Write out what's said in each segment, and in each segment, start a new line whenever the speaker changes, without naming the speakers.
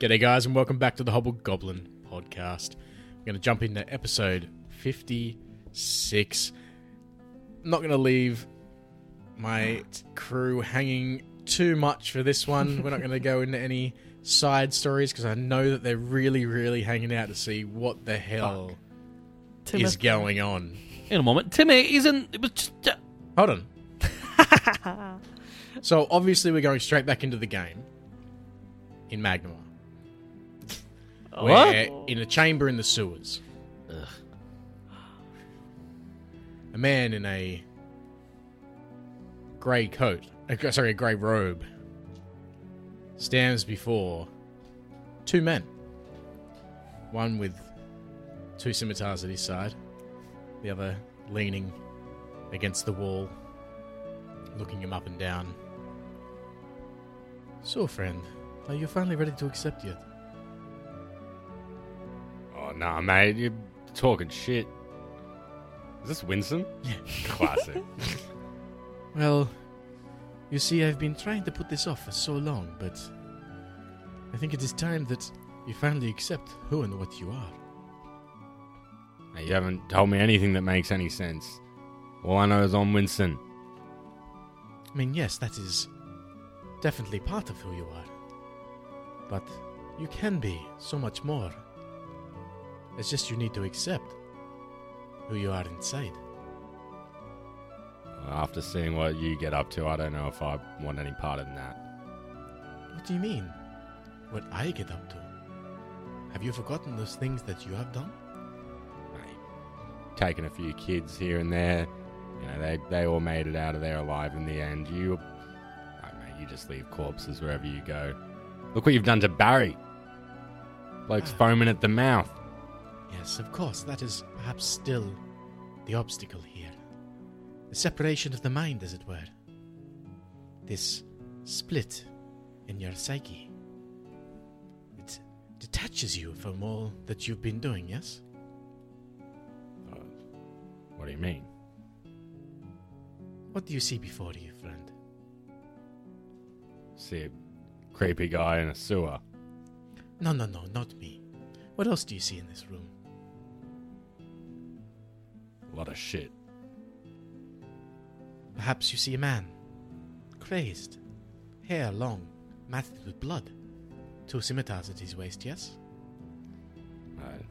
G'day, guys, and welcome back to the Hobble Goblin podcast. We're going to jump into episode 56. I'm not going to leave my crew hanging too much for this one. We're not going to go into any side stories because I know that they're really, really hanging out to see what the hell is
Timothy.
going on.
Oh, in a moment. Timmy isn't. It was just.
Hold on. so obviously we're going straight back into the game in Magnemar. Where in a chamber in the sewers. A man in a grey coat, uh, sorry, a grey robe, stands before two men. One with two scimitars at his side, the other leaning against the wall, looking him up and down. So, friend, are you finally ready to accept yet?
Oh, nah, mate, you're talking shit. Is this Winsome?
Yeah.
Classic.
Well, you see, I've been trying to put this off for so long, but I think it is time that you finally accept who and what you are.
Hey, you haven't told me anything that makes any sense. All I know is I'm Winston.
I mean, yes, that is definitely part of who you are, but you can be so much more. It's just you need to accept who you are inside.
After seeing what you get up to, I don't know if I want any part in that.
What do you mean? What I get up to? Have you forgotten those things that you have done?
Mate, taking a few kids here and there, you know, they, they all made it out of there alive in the end. You, oh, mate, you just leave corpses wherever you go. Look what you've done to Barry. Bloke's foaming at the mouth.
Yes, of course, that is perhaps still the obstacle here. The separation of the mind, as it were. This split in your psyche. It detaches you from all that you've been doing, yes?
Oh, What do you mean?
What do you see before you, friend?
See a creepy guy in a sewer.
No, no, no, not me. What else do you see in this room?
A lot of shit.
Perhaps you see a man. Crazed. Hair long, matted with blood. Two scimitars at his waist, yes?
Uh, if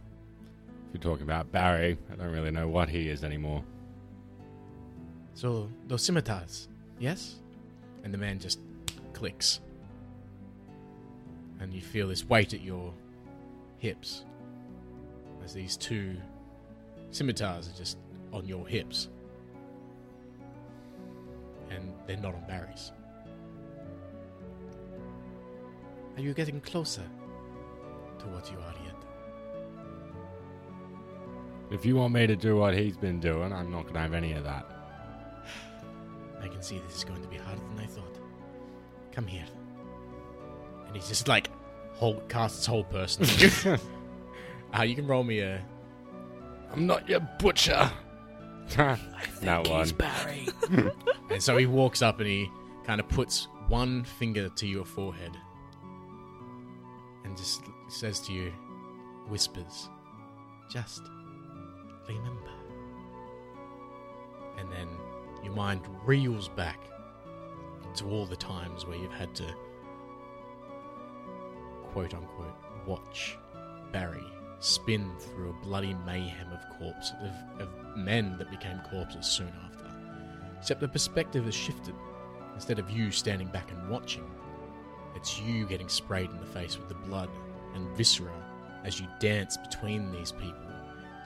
you're talking about Barry, I don't really know what he is anymore.
So, those scimitars, yes? And the man just clicks. And you feel this weight at your hips as these two scimitars are just on your hips. And they're not on Barry's. Are you getting closer to what you are yet?
If you want me to do what he's been doing, I'm not going to have any of that.
I can see this is going to be harder than I thought. Come here. And he's just like, whole, casts his whole person. Ah, you can roll me a.
I'm not your butcher. that one.
Barry.
And so he walks up and he kind of puts one finger to your forehead and just l- says to you, whispers, just remember. And then your mind reels back to all the times where you've had to quote unquote watch Barry spin through a bloody mayhem of corpses, of, of men that became corpses soon after except the perspective has shifted. Instead of you standing back and watching, it's you getting sprayed in the face with the blood and viscera as you dance between these people.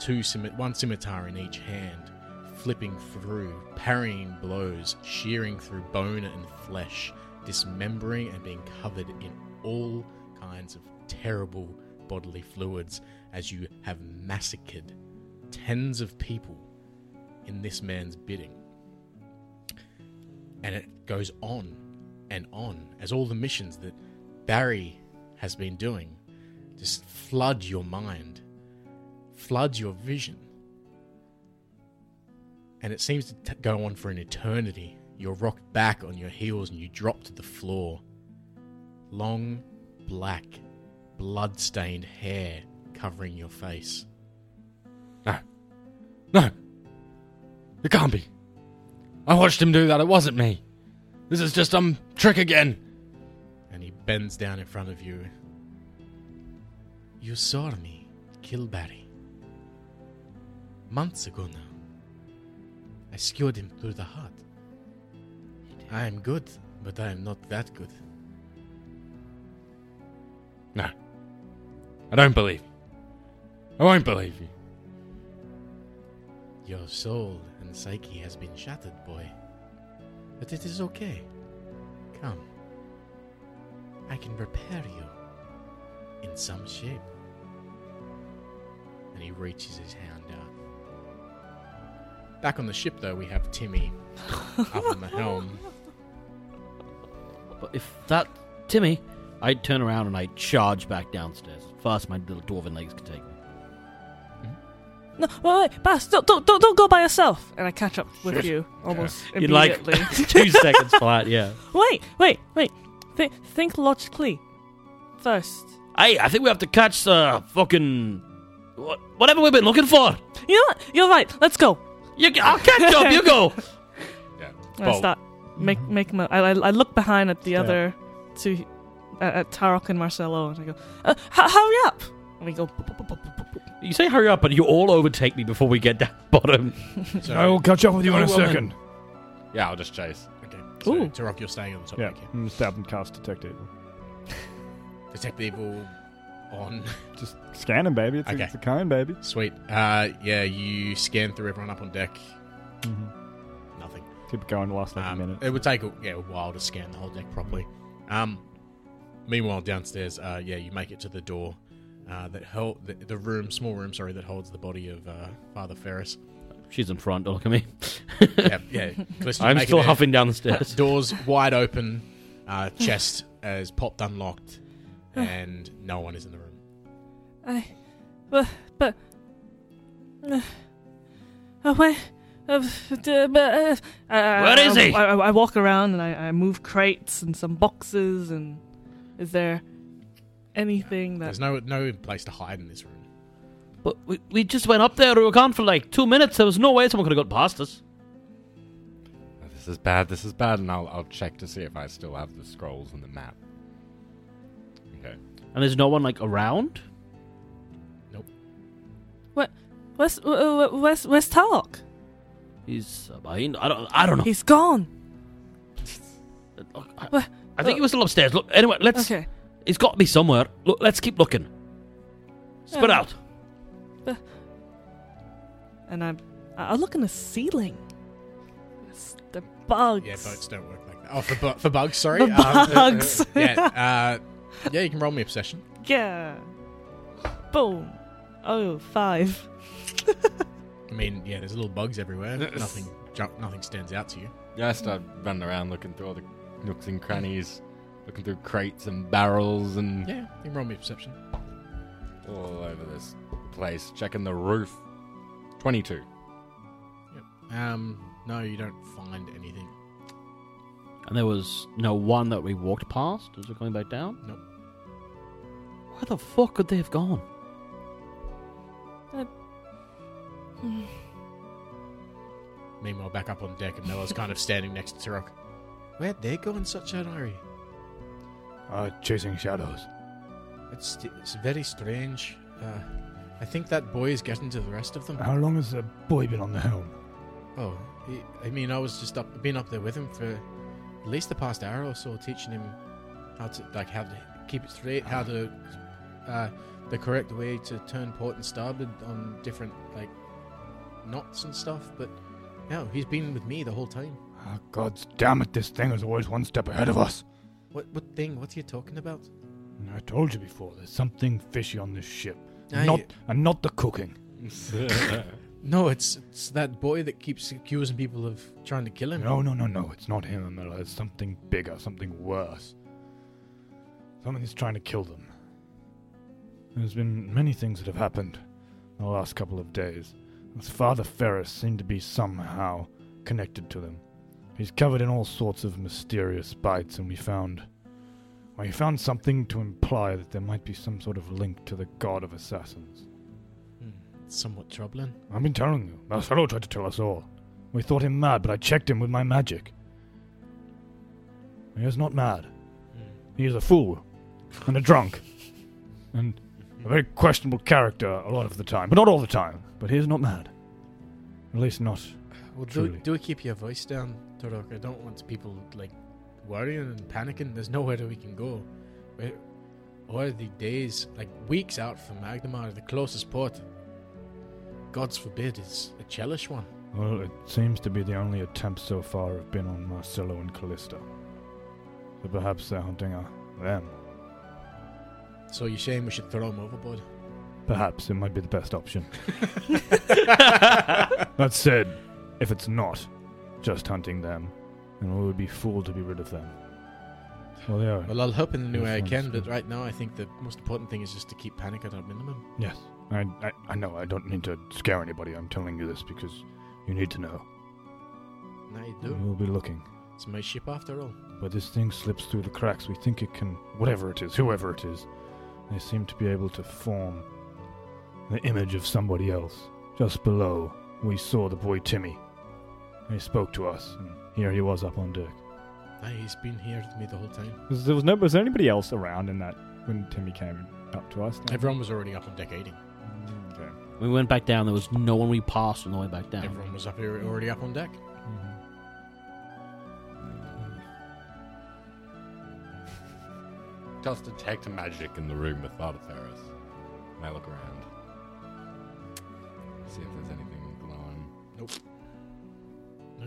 Two scimi- one scimitar in each hand, flipping through, parrying blows, shearing through bone and flesh, dismembering and being covered in all kinds of terrible bodily fluids as you have massacred tens of people in this man's bidding and it goes on and on as all the missions that Barry has been doing just flood your mind, flood your vision. And it seems to t- go on for an eternity. You're rocked back on your heels and you drop to the floor. Long, black, blood-stained hair covering your face.
No. No. It can't be. I watched him do that. It wasn't me. This is just um trick again.
and he bends down in front of you. You saw me kill Barry. Months ago now. I skewered him through the heart. I am good, but I am not that good.
No. I don't believe. you. I won't believe you.
Your soul and psyche has been shattered, boy. But it is okay. Come. I can repair you in some shape. And he reaches his hand out. Back on the ship, though, we have Timmy up on the helm.
But if that Timmy, I turn around and I charge back downstairs as fast as my little dwarven legs can take me.
No, wait, wait, Bass, don't, don't, don't, don't go by yourself. And I catch up with you almost
You like
immediately.
two seconds flat, yeah.
wait, wait, wait. Th- think logically first.
Hey, I think we have to catch the fucking what, whatever we've been looking for.
You know what? You're right. Let's go.
You, I'll catch up. You go.
Yeah.
And I
Bolt.
start make make my. I, I I look behind at the other two, uh, at Tarok and Marcelo, and I go, uh, hu- "Hurry up!" And we go. "Bup, bup, bup, bup, bup, bup."
You say hurry up, but you all overtake me before we get down bottom.
So,
I will catch up with you in a
Well then.
second.
Yeah, I'll just chase.
Okay. So,
Ooh.
Tarok, you're staying on the top.
Yeah,
Okay.
I'm gonna stab and cast detect evil.
Detect evil on.
Just scan him, baby. It's,
Okay.
a, it's a cone, baby.
Sweet. Uh, yeah, you scan through everyone up on deck.
Mm-hmm.
Nothing.
Keep it going. The last like
Um,
a minute.
It would take a, yeah, a while to scan the whole deck properly. Um, meanwhile, downstairs, uh, yeah, you make it to the door uh, that held the, the room, small room, sorry, that holds the body of uh, Father Ferris.
She's in front. Don't look at me.
Yeah, yeah. Cliss, you
I'm
make it
still
there.
huffing down the stairs.
Doors wide open, uh, chest is popped unlocked, and no one is in the room.
I, but but, uh, uh, where, uh, d- but, uh, I- I-
Where is
I,
he?
I, I, I walk around and I, I move crates and some boxes and is there anything that
There's no no place to hide in this room.
But we, we just went up there. We were gone for like two minutes. There was no way someone could have got past us.
This is bad. This is bad, and I'll I'll check to see if I still have the scrolls and the map. Okay.
And there's no one like around.
where's uh, uh, where's where's Tarok?
He's uh, behind. I don't. I don't know.
He's gone.
Look, I,
What?
I think he was still upstairs. Look, anyway, let's.
Okay.
He's got to be somewhere. Look, let's keep looking. Spit
Yeah.
out.
And I'm I I look in the ceiling. It's the bugs.
Yeah, boats don't work like that. Oh, for, bu- for bugs, sorry. Um,
The bugs.
yeah, uh, yeah, you can roll me obsession.
Yeah. Boom. Oh, five.
I mean, yeah, there's little bugs everywhere. nothing, jump, nothing stands out to you.
Yeah, I start running around looking through all the nooks and crannies, looking through crates and barrels and
Yeah, you can roll me perception.
all over this place, checking the roof. 22.
Um, no, you don't find anything.
And there was no one that we walked past as we're going back down.
Nope.
Where the fuck could they have gone?
Meanwhile, back up on deck, and Melo's kind of standing next to Turok. Where'd they go in such a hurry?
Uh, chasing shadows.
It's, st- it's very strange. Uh, I think that boy is getting to the rest of them.
How long has the boy been on the helm?
Oh, he, I mean, I was just up, been up there with him for at least the past hour or so, teaching him how to like how to keep it straight,
Ah.
how to uh, the correct way to turn port and starboard on different like knots and stuff. But no, he's been with me the whole time.
Oh, God damn it! This thing is always one step ahead of us.
What what thing? What are you talking about?
I told you before. There's something fishy on this ship.
I-
not and not the cooking.
No, it's it's that boy that keeps accusing people of trying to kill him.
No, no, no, no. It's not him, Amela. It's something bigger, something worse. Someone is trying to kill them. There's been many things that have happened in the last couple of days. This Father Ferris seemed to be somehow connected to them. He's covered in all sorts of mysterious bites, and we found. I found something to imply that there might be some sort of link to the god of assassins.
Hmm, Somewhat troubling.
I've been telling you. Marcelo tried to tell us all. We thought him mad, but I checked him with my magic. He is not mad. He is a fool. And a drunk. And a very questionable character a lot of the time. But not all the time. But he is not mad. At least not.
Well, do,
Truly.
do keep your voice down, Torok. I don't want people like worrying and panicking. There's nowhere that we can go. We're already days, like weeks out from Magdamar, the closest port. God's forbid, it's a chellish one.
Well, it seems to be the only attempts so far have been on Marcello and Callista. So perhaps they're hunting uh, them.
So you're saying we should throw him overboard?
Perhaps it might be the best option. That said, if it's not just hunting them, then we would be fooled to be rid of them. Well, they are.
Well, I'll help in the new way I
Yes,
can, but
understood.
right now I think the most important thing is just to keep panic at our minimum.
Yes. I, I, I know, I don't need to scare anybody. I'm telling you this because you need to know.
Now you
We
do.
will be looking.
It's my ship after all.
But this thing slips through the cracks. We think it can, whatever it is, whoever it is, they seem to be able to form the image of somebody else. Just below, we saw the boy Timmy. He spoke to us, and here he was up on deck.
Aye, he's been here with me the whole time.
Was, there was no was there anybody else around in that when Timmy came up to us? No?
Everyone was already up on deck eating.
Okay.
We went back down. There was no one we passed on the way back down.
Everyone was up here already up on deck.
Mm-hmm.
Just detect magic in the room with Artatheris. And I look around. See if there's anything glowing.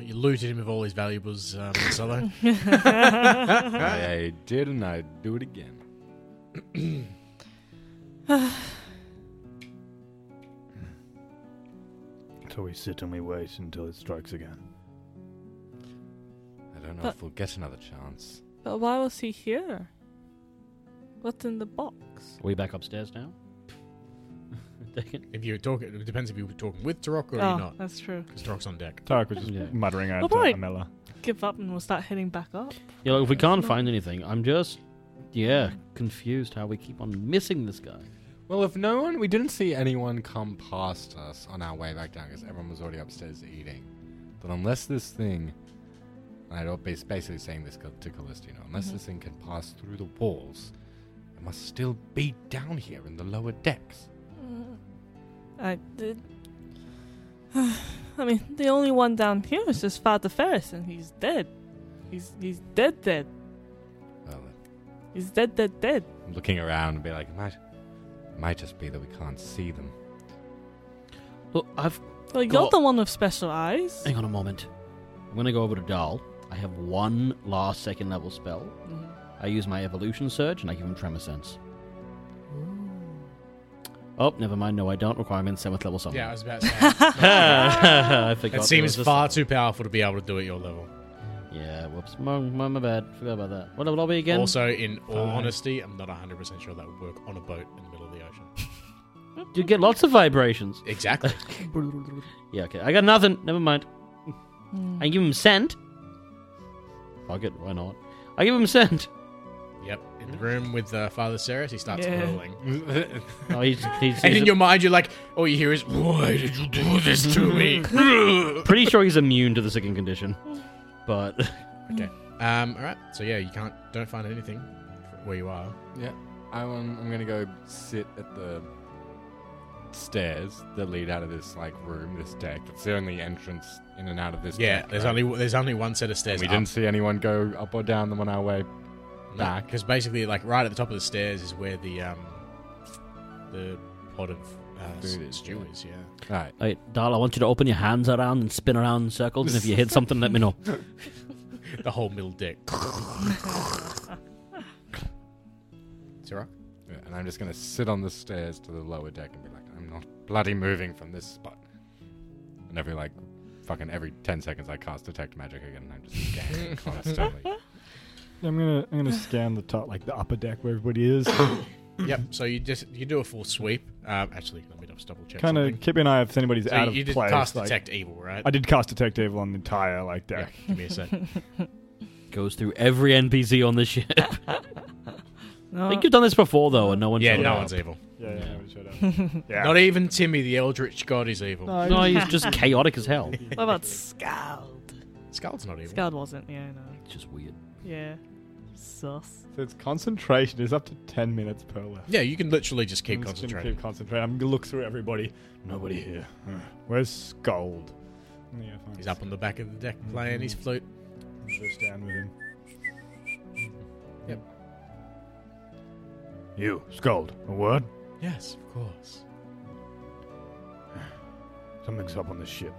You looted him of all his valuables, um, Solo.
I did, and I do it again.
So we sit and we wait until it strikes again.
I don't know
But-
if we'll get another chance.
But why was he here? What's in the box?
Are we back upstairs now? Taken?
if you were talking, it depends if you were talking with Turok or
oh,
you're not,
that's true.
because Turok's on deck.
Tarek was just
Yeah.
muttering out
Oh,
to
boy.
Amela.
Give up and we'll start heading back up.
Yeah, look, if we can't find anything, I'm just, yeah, confused how we keep on missing this guy.
Well, if no one, we didn't see anyone come past us on our way back down because everyone was already upstairs eating. But unless this thing, and I'm basically saying this to Callistino, unless this thing can pass through the walls, it must still be down here in the lower decks.
I did. I mean, the only one down here is just Father Ferris, and he's dead. He's he's dead, dead.
Well,
He's dead, dead, dead.
I'm looking around and be like, it might, it might just be that we can't see them.
Look, I've
Well,
Go-
you're the one with special eyes.
Hang on a moment. I'm gonna go over to Dahl. I have one last second level spell. I use my evolution surge and I give him tremor sense.
Hmm.
Oh, never mind. No, I don't require him in seventh
Oh.
level something.
Yeah, I was about to say.
I forgot.
it
there
seems
was a-
far too powerful to be able to do at your level.
Yeah, whoops. My, my, my bad. Forgot about that. What level are we again?
Also, in all
Five.
honesty, I'm not 100% sure that would work on a boat in the middle of the ocean.
You get lots of vibrations.
Exactly.
Yeah, okay. I got nothing. Never mind.
Hmm.
I give him scent. Fuck it. Why not? I give him scent.
yep. In the room with uh, Father Ceres, he starts
Yeah.
hurling.
Oh, he's, he's,
And
he's
in your mind, you're like, all you hear is, why did you do this to me?
pretty sure he's immune to the second condition. But
um, all right. So, yeah, you can't, don't find anything where you are.
Yeah, I'm, I'm gonna go sit at the stairs that lead out of this like room, this deck. It's the only entrance in and out of this.
Yeah,
deck,
there's
right?
only there's only one set of stairs.
we
up.
didn't see anyone go up or down them on our way. back.
because basically, like right at the top of the stairs is where the um the pot of uh, s-
Food is,
stew
yeah.
is. Yeah,
Right.
All right, Dal, I want you to open your hands around and spin around in circles, and if you hit something, let me know.
the whole middle deck. Sarah,
Yeah, And I'm just gonna sit on the stairs to the lower deck and be like, I'm not bloody moving from this spot. And every like, fucking every ten seconds, I cast detect magic again, and I'm just scanning constantly.
I'm gonna I'm gonna scan the top like the upper deck where everybody is.
yep. So you just you do a full sweep. Um, actually, let me just double check.
kind of
something.
keep an eye if anybody's
So
out
you,
of
you did
place.
cast
like-
detect evil, right?
I did cast detect evil on the entire like
Yeah,
deck.
give me a sec.
Goes through every NPC on the ship. I
No.
think you've done this before, though, and no one.
yeah,
showed
no
up.
one's evil.
Yeah,
Yeah.
yeah, we showed up. Yeah.
Not even Timmy, the Eldritch God, is evil.
No,
No, he's just chaotic as hell.
Oh, what about Scald?
Skull's not evil.
Scald wasn't. Yeah, no.
It's just weird.
Yeah. Sus.
So its concentration is up to 10 minutes per left.
Yeah, you can literally just keep
I'm just gonna
concentrating.
Keep concentrating. I'm going to look through everybody. Nobody here. Huh. Where's Scold? Yeah, fine.
He's up on the back of the deck
Mhm.
playing his flute.
Just down with him.
Yep.
You, Scold, a word?
Yes, of course.
Something's up on this ship.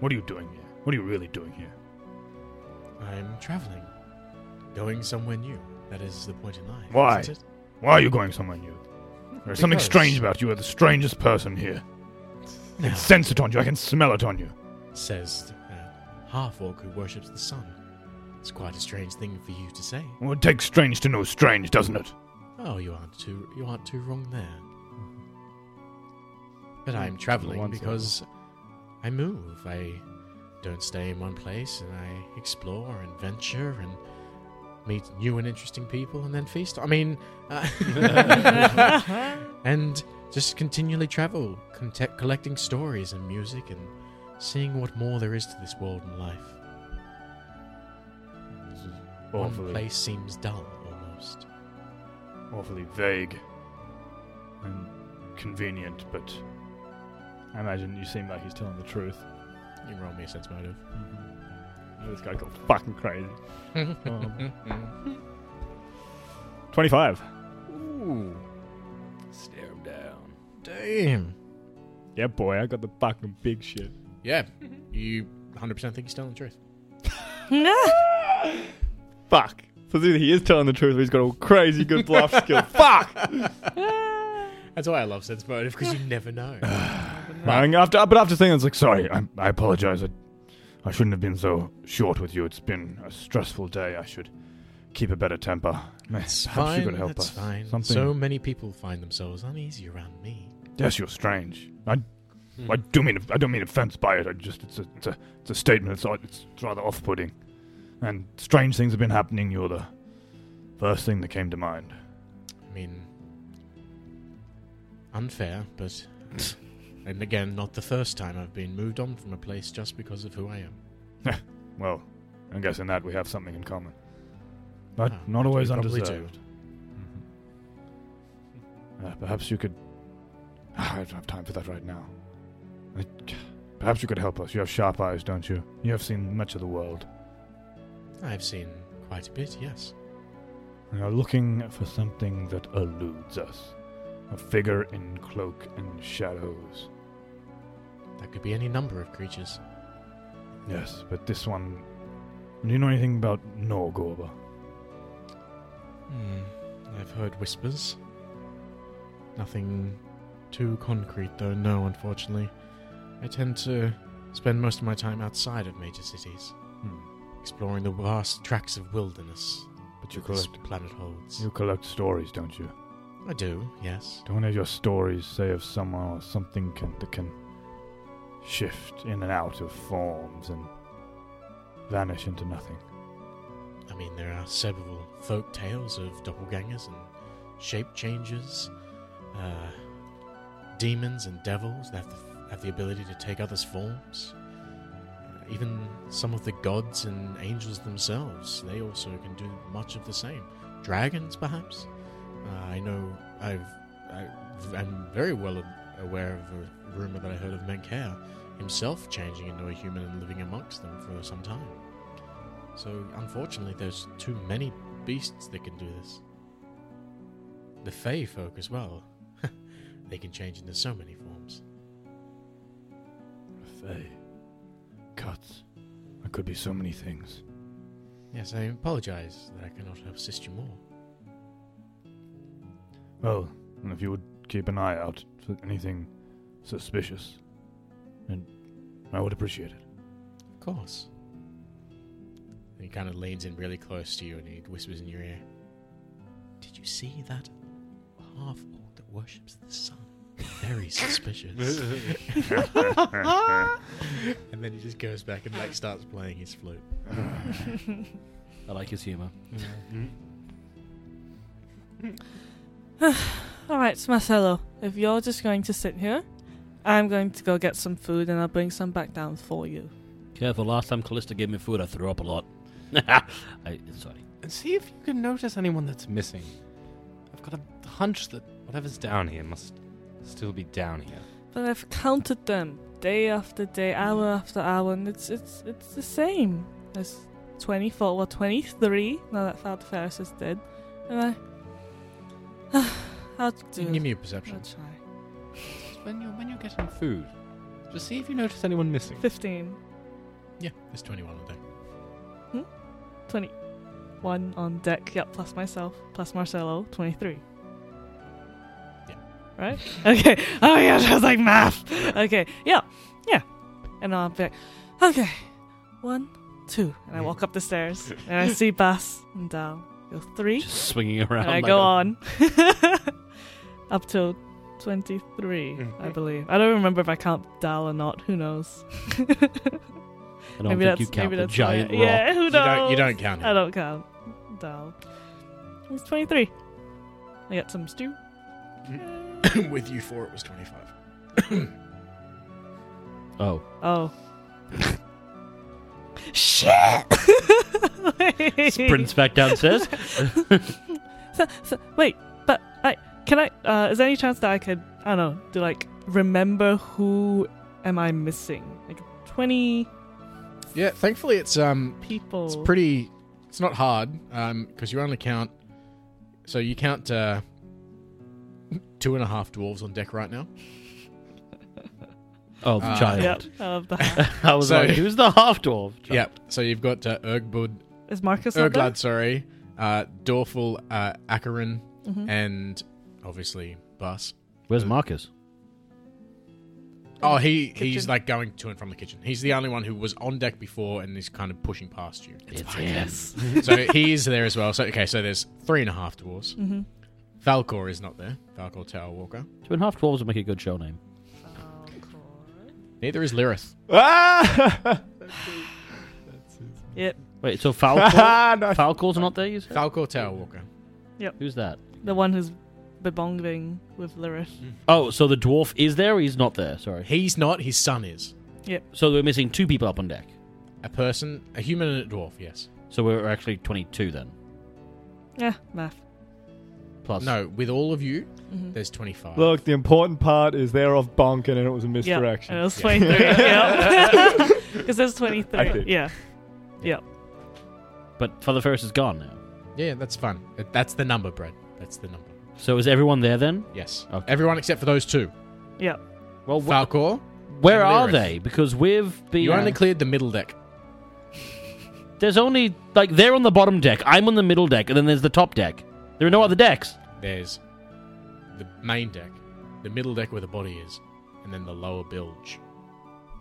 What are you doing here? What are you really doing here?
I'm traveling, going somewhere new. That is the point in life.
Why?
isn't it?
Why are you going somewhere new? There's something
Because-
strange about you. You're the strangest person here. I can
Now,
sense it on you. I can smell it on you.
says a half orc who worships the sun. It's quite a strange thing for you to say.
Well, it takes strange to know strange, doesn't it?
Oh, you aren't too you aren't too wrong there. But I'm traveling
Once
because I move. I don't stay in one place, and I explore and venture and meet new and interesting people, and then feast. I mean, uh, and just continually travel, conte- collecting stories and music, and seeing what more there is to this world and life.
This is
One
awfully,
place seems dull almost.
awfully vague and convenient, but
I imagine you seem like he's telling the truth.
You can roll me a sense motive.
This guy got fucking crazy.
Um,
25.
Ooh,
Stare him down.
damn.
Yeah, boy, I got the fucking big shit.
Yeah, you 100% think he's telling the truth.
Fuck. So either he is telling the truth or he's got a crazy good bluff skill. Fuck!
That's why I love sense motive because you never know.
Ah,
Bang, after, but after saying it's like,
sorry, I, I apologize. I, I shouldn't have been so short with you. It's been a stressful day. I should keep a better temper.
That's
Perhaps
fine.
you could help
that's
us.
fine.
Something.
So many people find themselves uneasy around me.
Yes, you're strange. I, I do mean I don't mean offense by it. I just it's a it's a, it's a statement. It's odd- it's rather off-putting, and strange things have been happening. You're the first thing that came to mind.
I mean, unfair, but. And again, not the first time I've been moved on from a place just because of who I am.
Well, I guess in that we have something in common, but
Ah,
not always
we probably
undeserved. Uh, perhaps you could. Ah, I don't have time for that right now. I- Perhaps you could help us. You have sharp eyes, don't you? You have seen much of the world.
I've seen quite a bit, yes.
We are looking for something that eludes us. A figure in cloak and shadows.
That could be any number of creatures.
Yes, but this one. Do you know anything about Norgorba?
Hmm. I've heard whispers. Nothing too concrete, though, no, unfortunately. I tend to spend most of my time outside of major cities,
Hmm.
exploring the vast tracts of wilderness
But you
that this
collect,
planet holds.
you collect stories, don't you?
I do, yes.
Don't any of your stories say of someone or something can, that can shift in and out of forms and vanish into nothing?
I mean, there are several folk tales of doppelgangers and shape changers, uh, demons and devils that have the, have the ability to take others' forms. Uh, even some of the gods and angels themselves, they also can do much of the same. Dragons, perhaps? Uh, I know I've, I, I'm very well aware of a rumor that I heard of Menkair himself changing into a human and living amongst them for some time. So, unfortunately, there's too many beasts that can do this. The Fey folk as well. they can change into so many forms.
Fae. Cuts. That could be so many things.
Yes, I apologize that I cannot assist you more.
Well, and if you would keep an eye out for anything suspicious, and I would appreciate it.
Of course. And he kind of leans in really close to you and he whispers in your ear Did you see that half orc that worships the sun? Very suspicious. and then he just goes back and like starts playing his flute.
I like his humor.
All right, Marcelo, if you're just going to sit here, I'm going to go get some food and I'll bring some back down for you.
Careful, last time Callista gave me food, I threw up a lot. I, sorry.
And see if you can notice anyone that's missing. I've got a hunch that whatever's down here must still be down here.
But I've counted them day after day, hour after hour, and it's it's it's the same. There's 24, well, 23, now that Father Ferris is dead. And I. I'll do
You can give
it.
me a
I'll
perception.
try.
Just When you're, when you're getting food, just see if you notice anyone missing.
15,
Yeah, it's 21 on deck.
21 on deck, yep, plus myself, plus Marcelo, 23.
Yeah.
Right? Okay. Oh my gosh, I was like math. Okay. Yeah. Yeah. And I'll be like, okay. One, two. And I walk up the stairs and I see Bass and Dal. Go three.
Just swinging around.
And I
like
go
a-
on. Up till 23,
Mm.
I believe. I don't remember if I count Dal or not. Who knows?
I don't think you count the giant rock.
Yeah, who
You
knows?
don't, you don't count
I
him.
don't count. Dal. He's 23. I got some stew.
With you four, it was 25.
Oh,
Oh. Shit!
Oh, sprints back downstairs.
So, so, wait, but I can I? Uh, is there any chance that I could? I don't know. Do like remember who am I missing? Like twenty
Yeah, thankfully it's um
people.
It's pretty. It's not hard because you only count. So you count uh, two and a half dwarves on deck right now.
Oh, the
Uh,
Yep.
giant.
Of the
I was
So-
like, who's the half dwarf?
Yeah. So you've got uh, Ergbud,
is Marcus not there?
Erglad, sorry, uh, Dorful, uh, Acheron,
Mm-hmm.
and obviously Bus.
Where's Marcus?
Oh, he he's
kitchen.
like going to and from the kitchen. He's the only one who was on deck before and is kind of pushing past you.
It's,
so he is there as well. So okay, so there's three and a half dwarves.
Mhm.
Falcor is not there. Falcor Tower Walker.
Two and a half dwarves would make a good show name.
Neither is Lyrith.
Ah!
Yep.
Wait, so Falcor?
ah, no.
Falcor's not there, you said?
Falcor Tower Walker.
Who's that?
The one who's bebonging with Lyrith.
Oh, so the dwarf is there or he's not there? Sorry.
He's not. His son is.
So we're missing two people up on deck.
A person, a human and a dwarf, yes.
So we're actually 22 then.
Yeah, math.
Plus.
No, with all of you,
Mm-hmm.
Mhm.
there's 25.
Look, the important part is they're off bonking and it was a
Yeah,
misdirection.
and it was
Yeah.
twenty three. yeah, because there's twenty
I
three.
did.
Yeah,
But Father Ferris is gone now.
Yeah, that's fun. That- That's the number, Brad. That's the number.
So is everyone there then?
Yes.
Okay.
Everyone except for those two.
yeah.
Well, wh-
Falcor,
where
and
are
Lyrith.
they? Because we've been.
you only cleared the middle deck.
There's only. Like, they're on the bottom deck. I'm on the middle deck. And then there's the top deck. There are no other decks.
There's the main deck, the middle deck where the body is, and then the lower bilge.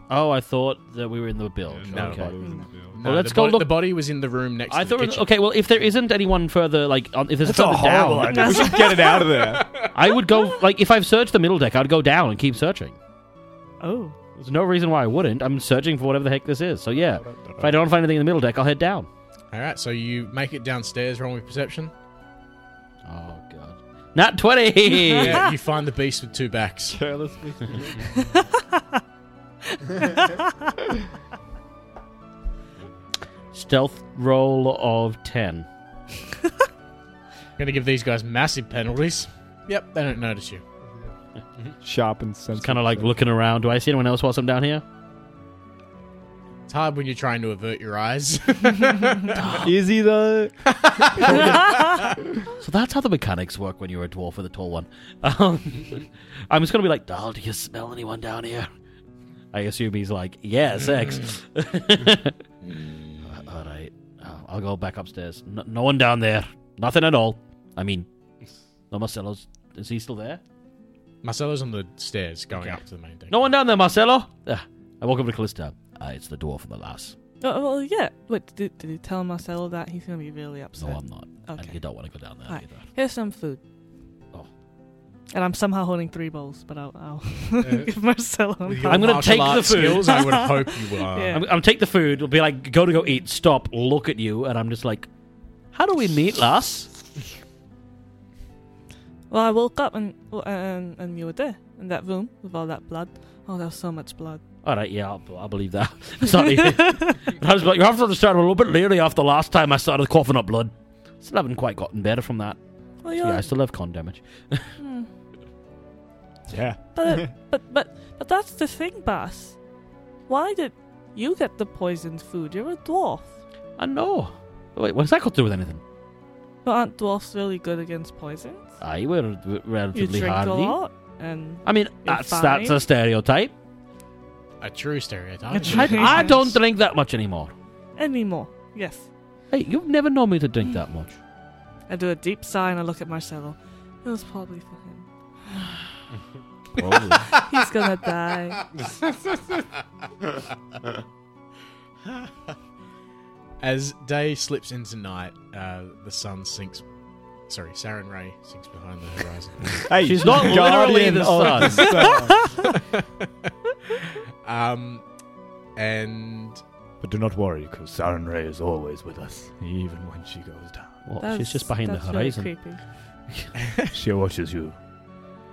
Oh, I thought that we were in the bilge.
No. Mm.
okay.
No,
let's
the
go
body,
look-
The body was in the room next
I
to the
thought.
kitchen.
Okay, well, if there isn't anyone further, like, on, if there's
That's a
further
horrible
down,
idea. We should get it out of there.
I would go. Like, if I've searched the middle deck, I'd go down and keep searching.
Oh,
There's no reason why I wouldn't. I'm searching for whatever the heck this is. So yeah, if I don't find anything in the middle deck, I'll head down.
All right, so you make it downstairs, roll with perception.
Oh god, not twenty.
Yeah, you find the beast with two backs.
Stealth roll of ten.
Gonna give these guys massive penalties. Yep, they don't notice you.
Sharp and sensitive.
It's kind of like looking around. Do I see anyone else whilst I'm down here?
It's hard when you're trying to avert your eyes.
Is he though?
So that's how the mechanics work when you're a dwarf with a tall one. Um, I'm just gonna be like, Dahl, do you smell anyone down here? I assume he's like, yeah, sex.
Mm.
All right, Uh, I'll go back upstairs. No, no one down there. Nothing at all. I mean, no Marcelo's. Is he still there?
Marcelo's on the stairs going
Okay.
up to the main deck. Uh,
No one down there, Marcelo. Ah, I walk over to Callista. Uh, it's the dwarf and the lass.
oh well, yeah. Wait, did, did you tell Marcelo that he's gonna be really
No,
upset?
I'm not. And you
Okay.
don't want to go down there
Right.
either.
Here's some food.
Oh.
And I'm somehow holding three bowls, but I'll, I'll give Marcelo. a
With
pass.
your
I'm gonna
martial
take the
arts
food.
Skills, I would hope you are.
Yeah.
I'm, I'm take the food. It'll be like, go to go eat. Stop. Look at you, and I'm just like, how do we meet, lass?
Well, I woke up and and and you were there in that room with all that blood. Oh, there was so much blood.
All right, yeah, I'll, I'll believe that. Sorry. I was like, you have to understand, I'm a little bit leery after last time I started coughing up blood. Still haven't quite gotten better from that. So,
Well, you're,
yeah, I still have con damage.
Hmm.
Yeah.
But, it- but but but that's the thing, Bass. Why did you get the poisoned food? You're a dwarf.
I know. Wait, what's that got to do with anything?
But aren't dwarfs really good against poisons?
I were were
You
relatively
drink a
hardy.
lot, and
I mean,
You're
that's that's a
fine.
stereotype.
A true stereotype.
A true-
I, I
Jesus.
don't drink that much anymore.
anymore. Yes,
Hey, you've never known me to drink that much.
I do a deep sigh and I look at Marcelo. It was probably for him.
Probably.
He's gonna die.
As day slips into night, uh, the sun sinks. Sorry, Saren Ray sinks behind the horizon.
Hey,
She's not literally
guardian
the
of
sun.
sun.
um, and
But do not worry, because Saren Ray is always with us, even when she goes down.
Well,
That's-
she's just behind the
that's really
horizon.
creepy.
She watches you.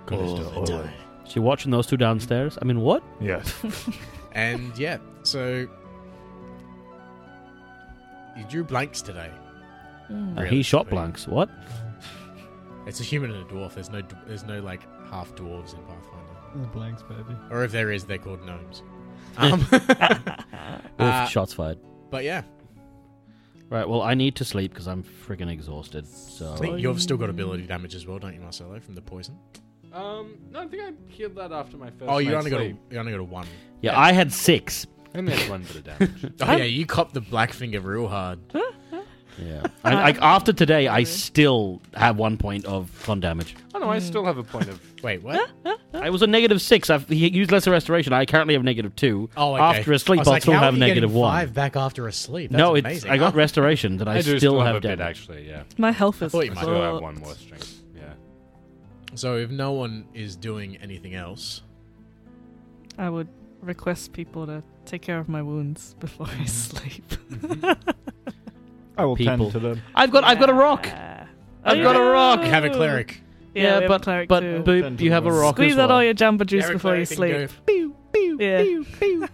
Callista,
All the
always.
time.
She watching those two downstairs. I mean, what?
Yes.
and yeah, so you drew blanks today.
Mm.
Uh,
Really
he shot
creepy.
blanks. What?
It's a human and a dwarf. There's no, d- there's no like half dwarves in Pathfinder,
Blanks, baby.
or if there is, they're called gnomes. Um,
Both
Uh,
shots fired.
but yeah,
Right. Well, I need to sleep because I'm friggin' exhausted. So
I think you've still got ability damage as well, don't you, Marcelo, from the poison?
Um, no, I think I healed that after my first.
Oh, you
night's
only got a,
sleep.
you only got a one.
yeah, I had six.
And there's one bit of damage.
Oh yeah, you copped the black finger real hard.
Yeah. I, like after today, I still have one point of con damage.
oh no, I still have a point of.
Wait, what?
I was a negative six. I've he used lesser restoration. I currently have negative two.
Oh, okay.
after a sleep,
I was
I'll
like,
still
how are
have
you
negative
getting
one.
Five back after a sleep. That's
no, it's
amaztion.
I got
Oh,
restoration that I,
I, do
still, have
a bit
damage.
actually. Yeah,
My health is.
thought you might
I still have
fucked.
one more strength. Yeah.
So if no one is doing anything else,
I would request people to take care of my wounds before I sleep.
I will
People.
tend to them.
I've got I've got a rock.
Oh, Yeah.
I've got a rock.
you have a cleric.
Yeah,
Yeah,
we have a
but-
cleric
But
too.
boop, you have a rock.
Squeeze
as
out
well.
all your jamba
You
juice
have a
before you
cleric
sleep.
and go, "Beep."
Yeah.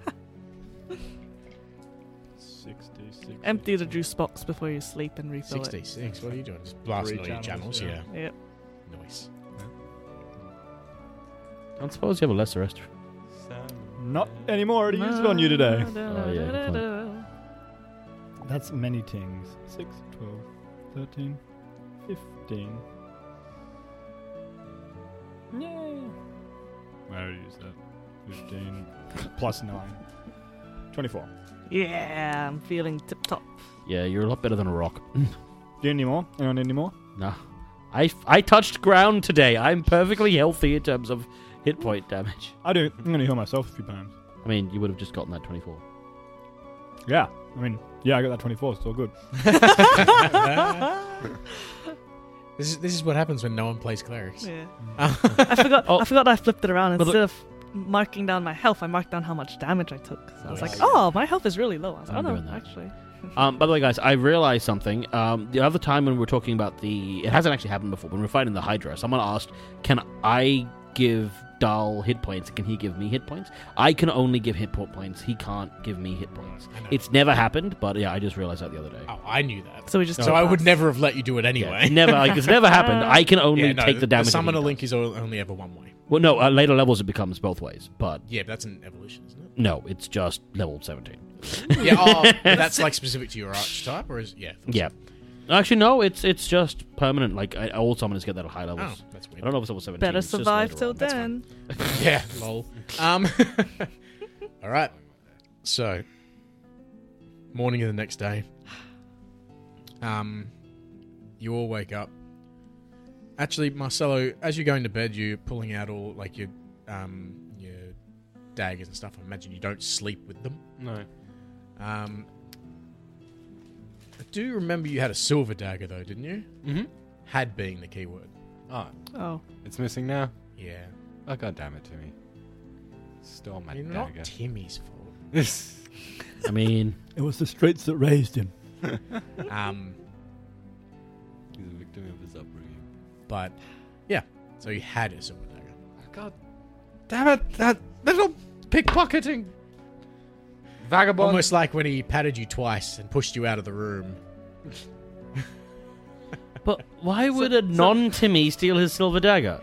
Sixty-six.
Empty the juice box before you sleep and refill it.
Sixty-six. What are you doing? Just blasting all
Three
your
channels,
channels. Yeah.
yeah.
Yep.
Nice.
I suppose you have a lesser restoration.
Not anymore. Already used it on you today.
Oh, yeah, good
That's many tings. 6, 12, 13, 15. Yay! I already used that. 15 plus 9. 24.
Yeah, I'm feeling tip top.
Yeah, you're a lot better than a rock.
Do you need any more? Anyone need any more?
Nah. I, I touched ground today. I'm perfectly healthy in terms of hit point damage.
I do. I'm going to heal myself a few times.
I mean, you would have just gotten that 24.
Yeah. I mean, yeah, I got that 24. It's all good.
This is this is what happens when no one plays clerics.
Yeah. I forgot.
Oh.
I forgot I flipped it around.
But
Instead
look-
of marking down my health, I marked down how much damage I took. So I was like,
Nice.
"Oh, my health is really low." I was like, "Oh
I'm
no,
doing that.
actually."
Um, by the way, guys, I realized something. Um, the other time when we were talking about the. It hasn't actually happened before. When we were fighting the Hydra, someone asked, Can I give Dahl hit points? Can he give me hit points? I can only give hit po- points. He can't give me hit points.
I know.
It's never happened, but yeah, I just realized that the other day.
Oh, I knew that.
So we just.
So
took
I would
that.
never have let you do it
Yeah,
anyway.
it's never, like, it's never happened. I can only
Yeah, no,
take the damage. that
summoner
he
link
does.
is all- only ever one way.
Well, no, at later levels it becomes both ways, but
Yeah, but that's an evolution, isn't
no, it's just level 17.
it? yeah, oh, that's like specific to your archetype, or is yeah?
Yeah. Actually, no. It's it's just permanent. Like I, all summoners get that at high
Oh,
levels.
that's
I
weird.
don't know if it's level seventeen.
Better
it's just
survive
later
till
on. That's fine.
then.
Yeah, lol. Um, all right. So, morning of the next day, um, you all wake up. Actually, Marcelo, as you're going to bed, you're pulling out all like your um, your daggers and stuff. I imagine you don't sleep with them.
No.
Um, I do remember you had a silver dagger though, didn't you?
Mm-hmm.
Had being the key word.
Oh,
Oh,
it's missing now.
Yeah,
Oh god damn it, Timmy! Stole my
You're not
dagger.
Timmy's fault.
I mean,
It was the streets that raised him.
Um,
He's a victim of his upbringing.
but So he had a silver dagger.
Oh, God damn it, that little pickpocketing. Vagabond.
Almost like when he patted you twice and pushed you out of the room.
But why would a non-Timmy steal his silver dagger?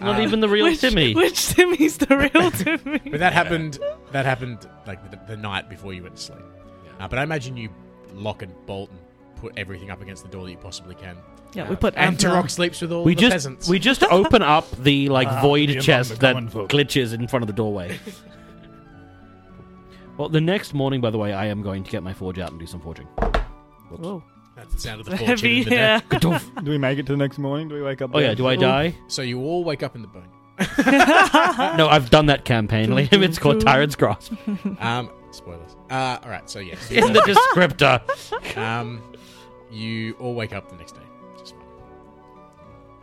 Not even the real
which,
Timmy.
Which Timmy's the real Timmy?
But that happened. That happened like the, the night before you went to sleep.
Yeah.
Uh, but I imagine you lock and bolt and put everything up against the door that you possibly can.
yeah, we put
And
Avner.
Turok sleeps with all
we
the
just
peasants.
we just open up the like
Ah,
void
the
chest that
uncommon folk.
glitches in front of the doorway. well, the next morning, by the way, I am going to get my forge out and do some forging.
Whoa.
That's the sound of the fortune
Heavy,
in the death.
yeah.
Do we make it to the next morning? Do we wake up?
Oh yeah, do I die?
So you all wake up in the burn.
No, I've done that campaign, Liam. It's called Tyrant's Grasp.
Um, spoilers. Uh, all right. So yeah, so
In the descriptor.
you- um, you all wake up the next day. Just fine.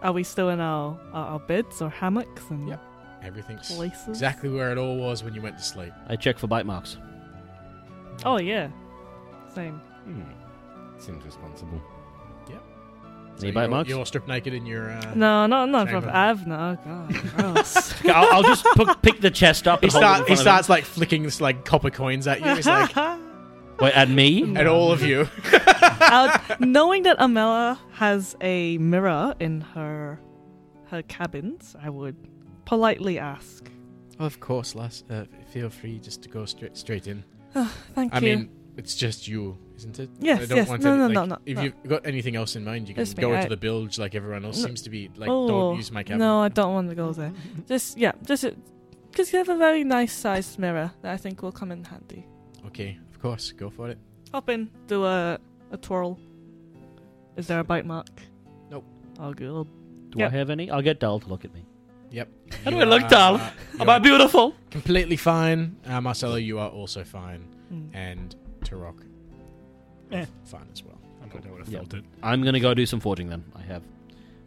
Are we still in our, our, our beds or hammocks and
Yep. Everything's
places?
exactly where it all was when you went to sleep.
I check for bite marks.
Oh yeah, same.
Hmm. Seems responsible.
So
Any
you're,
bite marks?
You're all stripped naked in your. Uh,
No, not not from
Chamber.
Avner. Oh, God, gross.
I'll, I'll just pick, pick the chest up.
He,
And hold it in
start, he
front of him.
starts like flicking this like copper coins at you. He's like
Wait, at me?
at all of you.
out, knowing that Amela has a mirror in her her cabins, I would politely ask.
Of course, lass. Uh, feel free just to go straight straight in.
Thank
I
you.
mean, it's just you, isn't it?
Yes,
I don't
yes.
Want
No,
any-
no,
like,
no, no,
If
no.
you've got anything else in mind, you can
Just me,
go into
I-
the bilge like everyone else
No.
seems to be. Like,
Oh,
don't use my cabin.
No, I don't want to go there. Just yeah, just because you have a very nice sized mirror that I think will come in handy.
Okay, of course, go for it.
Hop in, do a a twirl. Is there a bite mark?
Nope.
Oh, good.
Do
Yep.
I have any? I'll get Dal to look at me.
Yep.
How do
You
I look,
are-
Dal?
uh, you
Am I
are
beautiful?
completely fine. Uh, Marcelo, you are also fine,
Mm.
and Tarok,
Eh.
fine as well.
I don't know what I
Yeah.
felt it.
I'm gonna go do some forging then. I have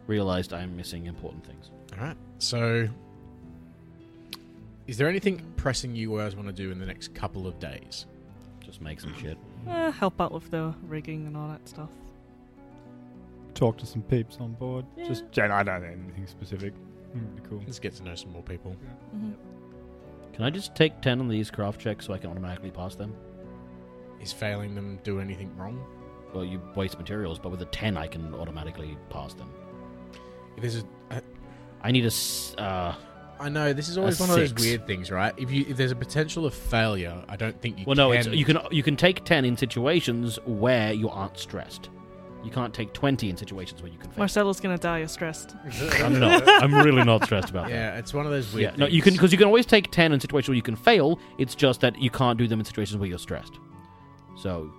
realized I'm missing important things.
All right. So, is there anything pressing you guys want to do in the next couple of days?
Just make some shit.
Uh, help out with the rigging and all that stuff.
Talk to some peeps on board.
Yeah.
Just Jen, I don't know anything specific. Mm, be cool.
Let's get to know some more people.
Mhm.
Can I just take ten on these craft checks so I can automatically pass them?
Is failing them do anything wrong?
Well, you waste materials, but with a ten, I can automatically pass them.
If there's a,
I need a. s- Uh,
I know this is always
A
one of those
six.
weird things, right? If you if there's a potential of failure, I don't think you.
well,
can,
no, it's, you can you can take ten in situations where you aren't stressed. You can't take twenty in situations where you can fail.
Marcelo's gonna die. You're stressed.
I'm not. I'm really not stressed about that.
Yeah, it's one of those weird.
Yeah, no, you can
things.
because you can always take ten in situations where you can fail. It's just that you can't do them in situations where you're stressed. So,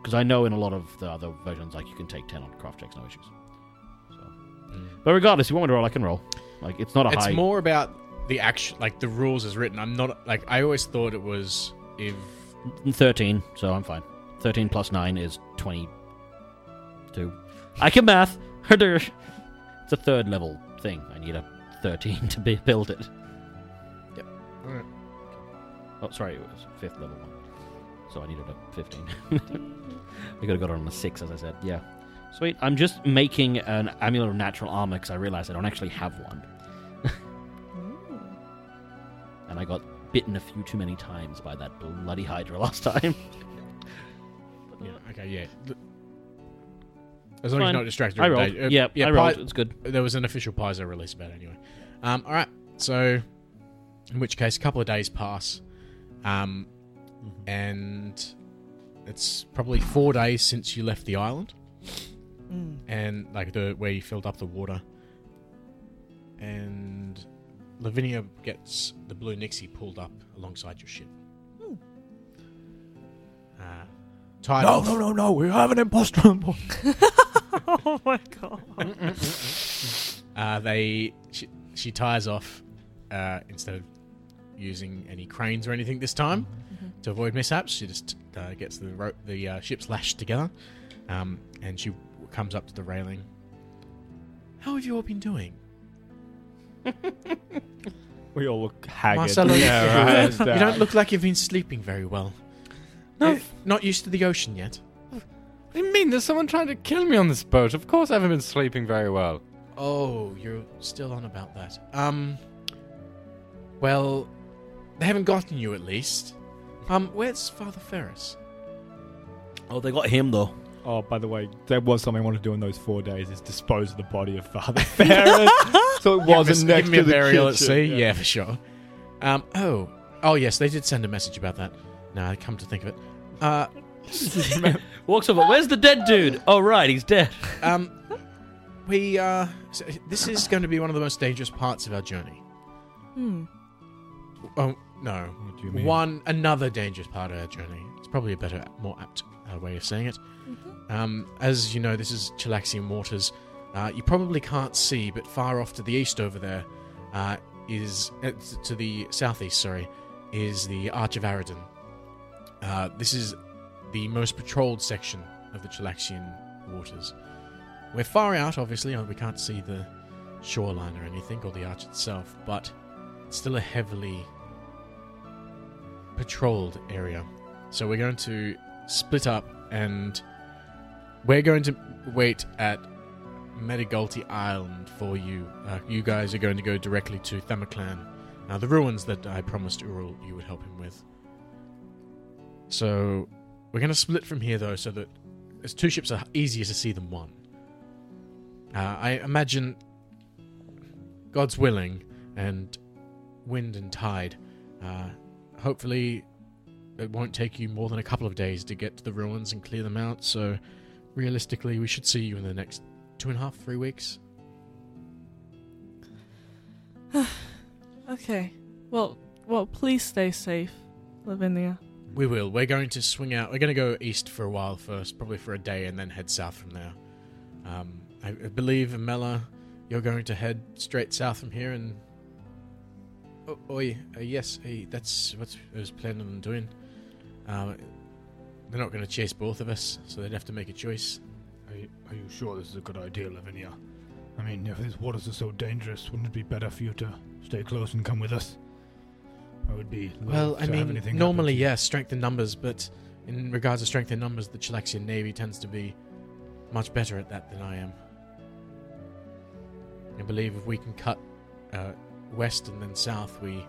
because I know in a lot of the other versions, like you can take ten on craft checks, no issues. So,
Mm.
but regardless, if you want me to roll, I can roll. Like it's not a
It's
high.
more about the action, like the rules as written. I'm not like I always thought it was if
Thirteen, so I'm fine. Thirteen plus nine is twenty-two. I can math. it's a third level thing. I need a thirteen to be, build it.
Yep. Alright.
Oh, sorry, it was fifth level one. So I needed a fifteen. we could have got it on a six, as I said. Yeah. Sweet. I'm just making an amulet of natural armor because I realized I don't actually have one,
Mm.
and I got bitten a few too many times by that bloody hydra last time. Yeah.
Okay, yeah. Th- As long as
Fine.
you're not distracted.
I
with
rolled.
data- uh,
yeah,
yeah.
I
Pi-
rolled. It's good.
there was an official Paizo release about it anyway. Um, all right, so in which case, a couple of days pass, um,
Mm-hmm.
and it's probably four days since you left the island
Mm.
and like the where you filled up the water. And Lavinia gets the blue Nixie pulled up alongside your ship.
Hmm.
Uh, tied
No,
off-
no, no, no! We have an imposter on board.
Oh my god.
Uh, they she, she tires off uh, instead of using any cranes or anything this time to avoid mishaps. She just uh, gets the rope, the uh, ships lashed together, um, and she comes up to the railing. How have you all been doing?
We all look haggard. uh,
Marcelo,
yeah, right.
you don't look like you've been sleeping very well.
No.
Eh, not used to the ocean yet.
What do you mean? There's someone trying to kill me on this boat. Of course I haven't been sleeping very well.
Oh, you're still on about that. Um, well, they haven't gotten you at least. Um, where's Father Ferris?
Oh, they got him though.
Oh, by the way, there was something I wanted to do in those four days: is dispose of the body of Father Ferris. so it wasn't
Give me-
next
give me
to
a
the
burial at
kitchen.
sea. Yeah. for sure. Um, oh, oh yes, they did send a message about that. Now I come to think of it. Uh,
Walks over. Where's the dead dude? Oh right, he's dead.
um, we uh, so this is going to be one of the most dangerous parts of our journey.
Hmm.
Oh no,
What do you mean?
one another dangerous part of our journey. It's probably a better, more apt uh, way of saying it.
Mm-hmm.
Um, as you know, this is Chilaxian waters. Uh, you probably can't see, but far off to the east over there uh, is uh, t- to the southeast. Sorry, is the Arch of Aridon. Uh, this is the most patrolled section of the Chilaxian waters. We're far out, obviously. uh, We can't see the shoreline or anything, or the arch itself, but it's still a heavily patrolled area. So we're going to split up and we're going to wait at Medigulti Island for you. Uh, you guys are going to go directly to Thamaclan, uh, the ruins that I promised Ural you would help him with. So we're going to split from here though, so that as two ships are easier to see than one. Uh, I imagine, God's willing, and wind and tide. Uh, hopefully, it won't take you more than a couple of days to get to the ruins and clear them out. So, realistically, we should see you in the next two and a half, three weeks.
Okay. Well, well, please stay safe, Lavinia.
We will. We're going to swing out. We're going to go east for a while first, probably for a day, and then head south from there. Um, I, I believe, Amela, you're going to head straight south from here and. Oh, oi, uh, yes, hey, that's what I was planning on doing. Um, they're not going to chase both of us, so they'd have to make a choice.
Are you, are you sure this is a good idea, Lavinia? I mean, if these waters are so dangerous, wouldn't it be better for you to stay close and come with us? I would be. loath
Well,
to
I
have
mean,
anything happen
normally,
to you.
yes, strength in numbers, but in regards to strength in numbers, the Chilexian Navy tends to be much better at that than I am. I believe if we can cut uh, west and then south, we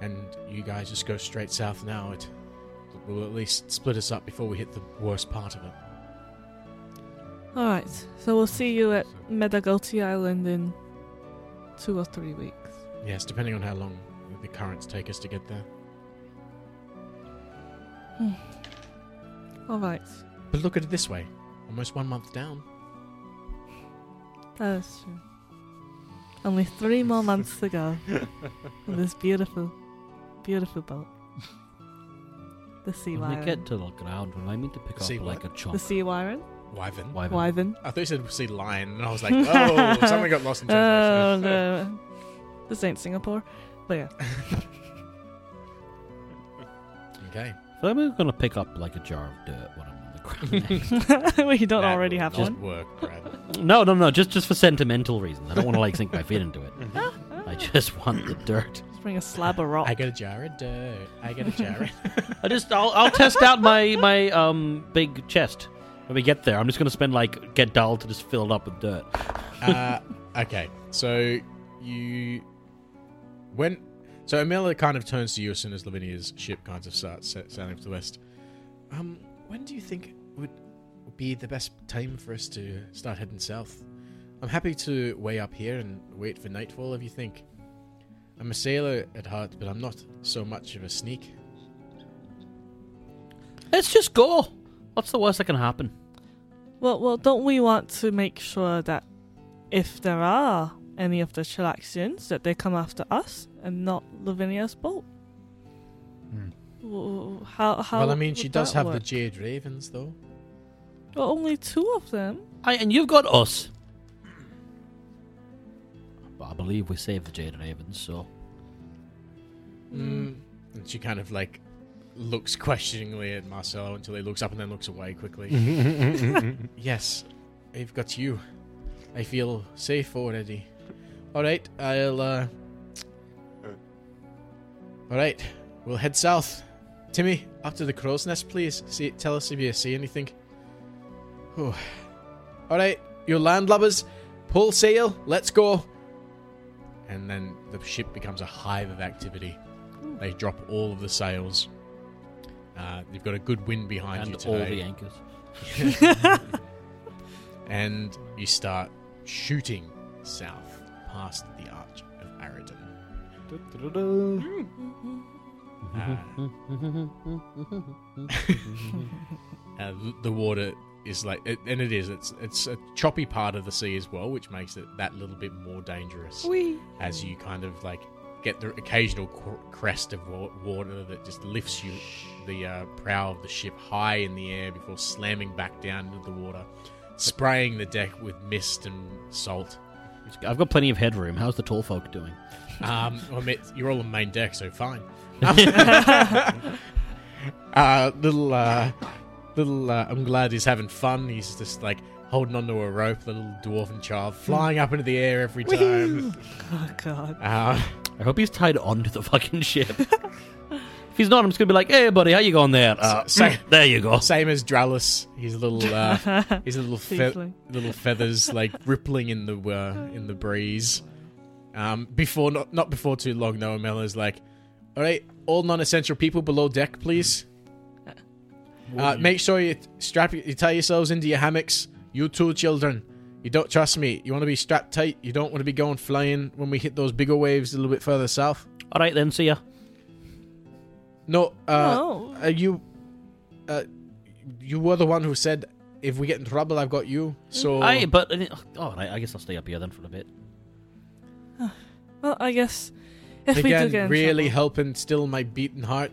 and you guys just go straight south now, it will at least split us up before we hit the worst part of it.
All right. So we'll see you at Medagoti Island in two or three weeks.
Yes, depending on how long the currents take us to get there.
Hmm. All right.
But look at it this way almost one month down.
That is true. Only three more months to go on this beautiful, beautiful boat. The sea
When
wyvern.
we get to the ground, remind me to pick up
See what?
like a chop.
the sea wyvern.
Wyvern.
Wyvern.
Wyvern.
I thought you said sea lion, and I was like, oh, something got lost in translation.
Oh no, this ain't Singapore. But yeah,
Okay.
So I'm gonna pick up like a jar of dirt when I'm on the ground. next.
well, you don't
That
already
would
have
just
one.
work, Brad.
no, no, no. Just, just for sentimental reasons. I don't want to like sink my feet into it. I just want the dirt.
Just bring a slab of rock.
I got a jar of dirt. I got a jar. of-
I just, I'll, I'll test out my my um big chest when we get there. I'm just gonna spend like get dull to just fill it up with dirt.
uh, okay, so you when so Amelia kind of turns to you as soon as Lavinia's ship kind of starts sa- sailing to the west. Um, when do you think would be the best time for us to start heading south? I'm happy to weigh up here and wait for nightfall if you think. I'm a sailor at heart, but I'm not so much of a sneak.
Let's just go. What's the worst that can happen?
Well, well, don't we want to make sure that if there are any of the Chilaxians, that they come after us and not Lavinia's boat?
Hmm.
W- How? How?
well, I mean, she
would
does
that
have the
work?
Jade Ravens, though.
Well, only two of them.
I, and you've got us. But I believe we saved the Jade Ravens, so
Mm. And she kind of like looks questioningly at Marcelo until he looks up and then looks away quickly. yes, I've got you. I feel safe already. All right, I'll. Uh... All right, we'll head south. Timmy, up to the crow's nest, please. See, tell us if you see anything. Whew. All right, you landlubbers, pull sail, let's go. And then the ship becomes a hive of activity. They drop all of the sails. Uh, you've got a good wind behind you
and all
today
the anchors.
and you start shooting south past the Arch of Aridon. Uh, uh, th- the water is like, it, and it is. It's it's a choppy part of the sea as well, which makes it that little bit more dangerous as you kind of like get the occasional cr- crest of wa- water that just lifts you the uh, prow of the ship high in the air before slamming back down into the water spraying the deck with mist and salt
I've got plenty of headroom. How's the tall folk doing?
um, well, I mean, you're all on main deck so fine uh, little uh, little uh, I'm glad he's having fun he's just like holding onto a rope the little dwarven child flying up into the air every time
Oh god.
uh,
I hope he's tied onto the fucking ship. if he's not, I'm just gonna be like, "Hey, buddy, how you going there?" Uh,
S- say-
there you go.
same as Drallus his little uh, his little fe-
Tiefling.
little feathers like rippling in the uh, in the breeze. Um, before not not before too long, though, Amela's like, "All right, all non-essential people below deck, please. Uh, make sure you strap you tie yourselves into your hammocks. You two children, you don't trust me. You want to be strapped tight. You don't want to be going flying when we hit those bigger waves a little bit further south.
All right, then, see ya.
No, uh,
oh.
uh, you, uh, you were the one who said." If we get in trouble, I've got you.
Mm,
So
I but oh, right, I guess I'll stay up here then for a bit.
Well, I guess if we do
Again,
get in
really
trouble.
helping still my beaten heart.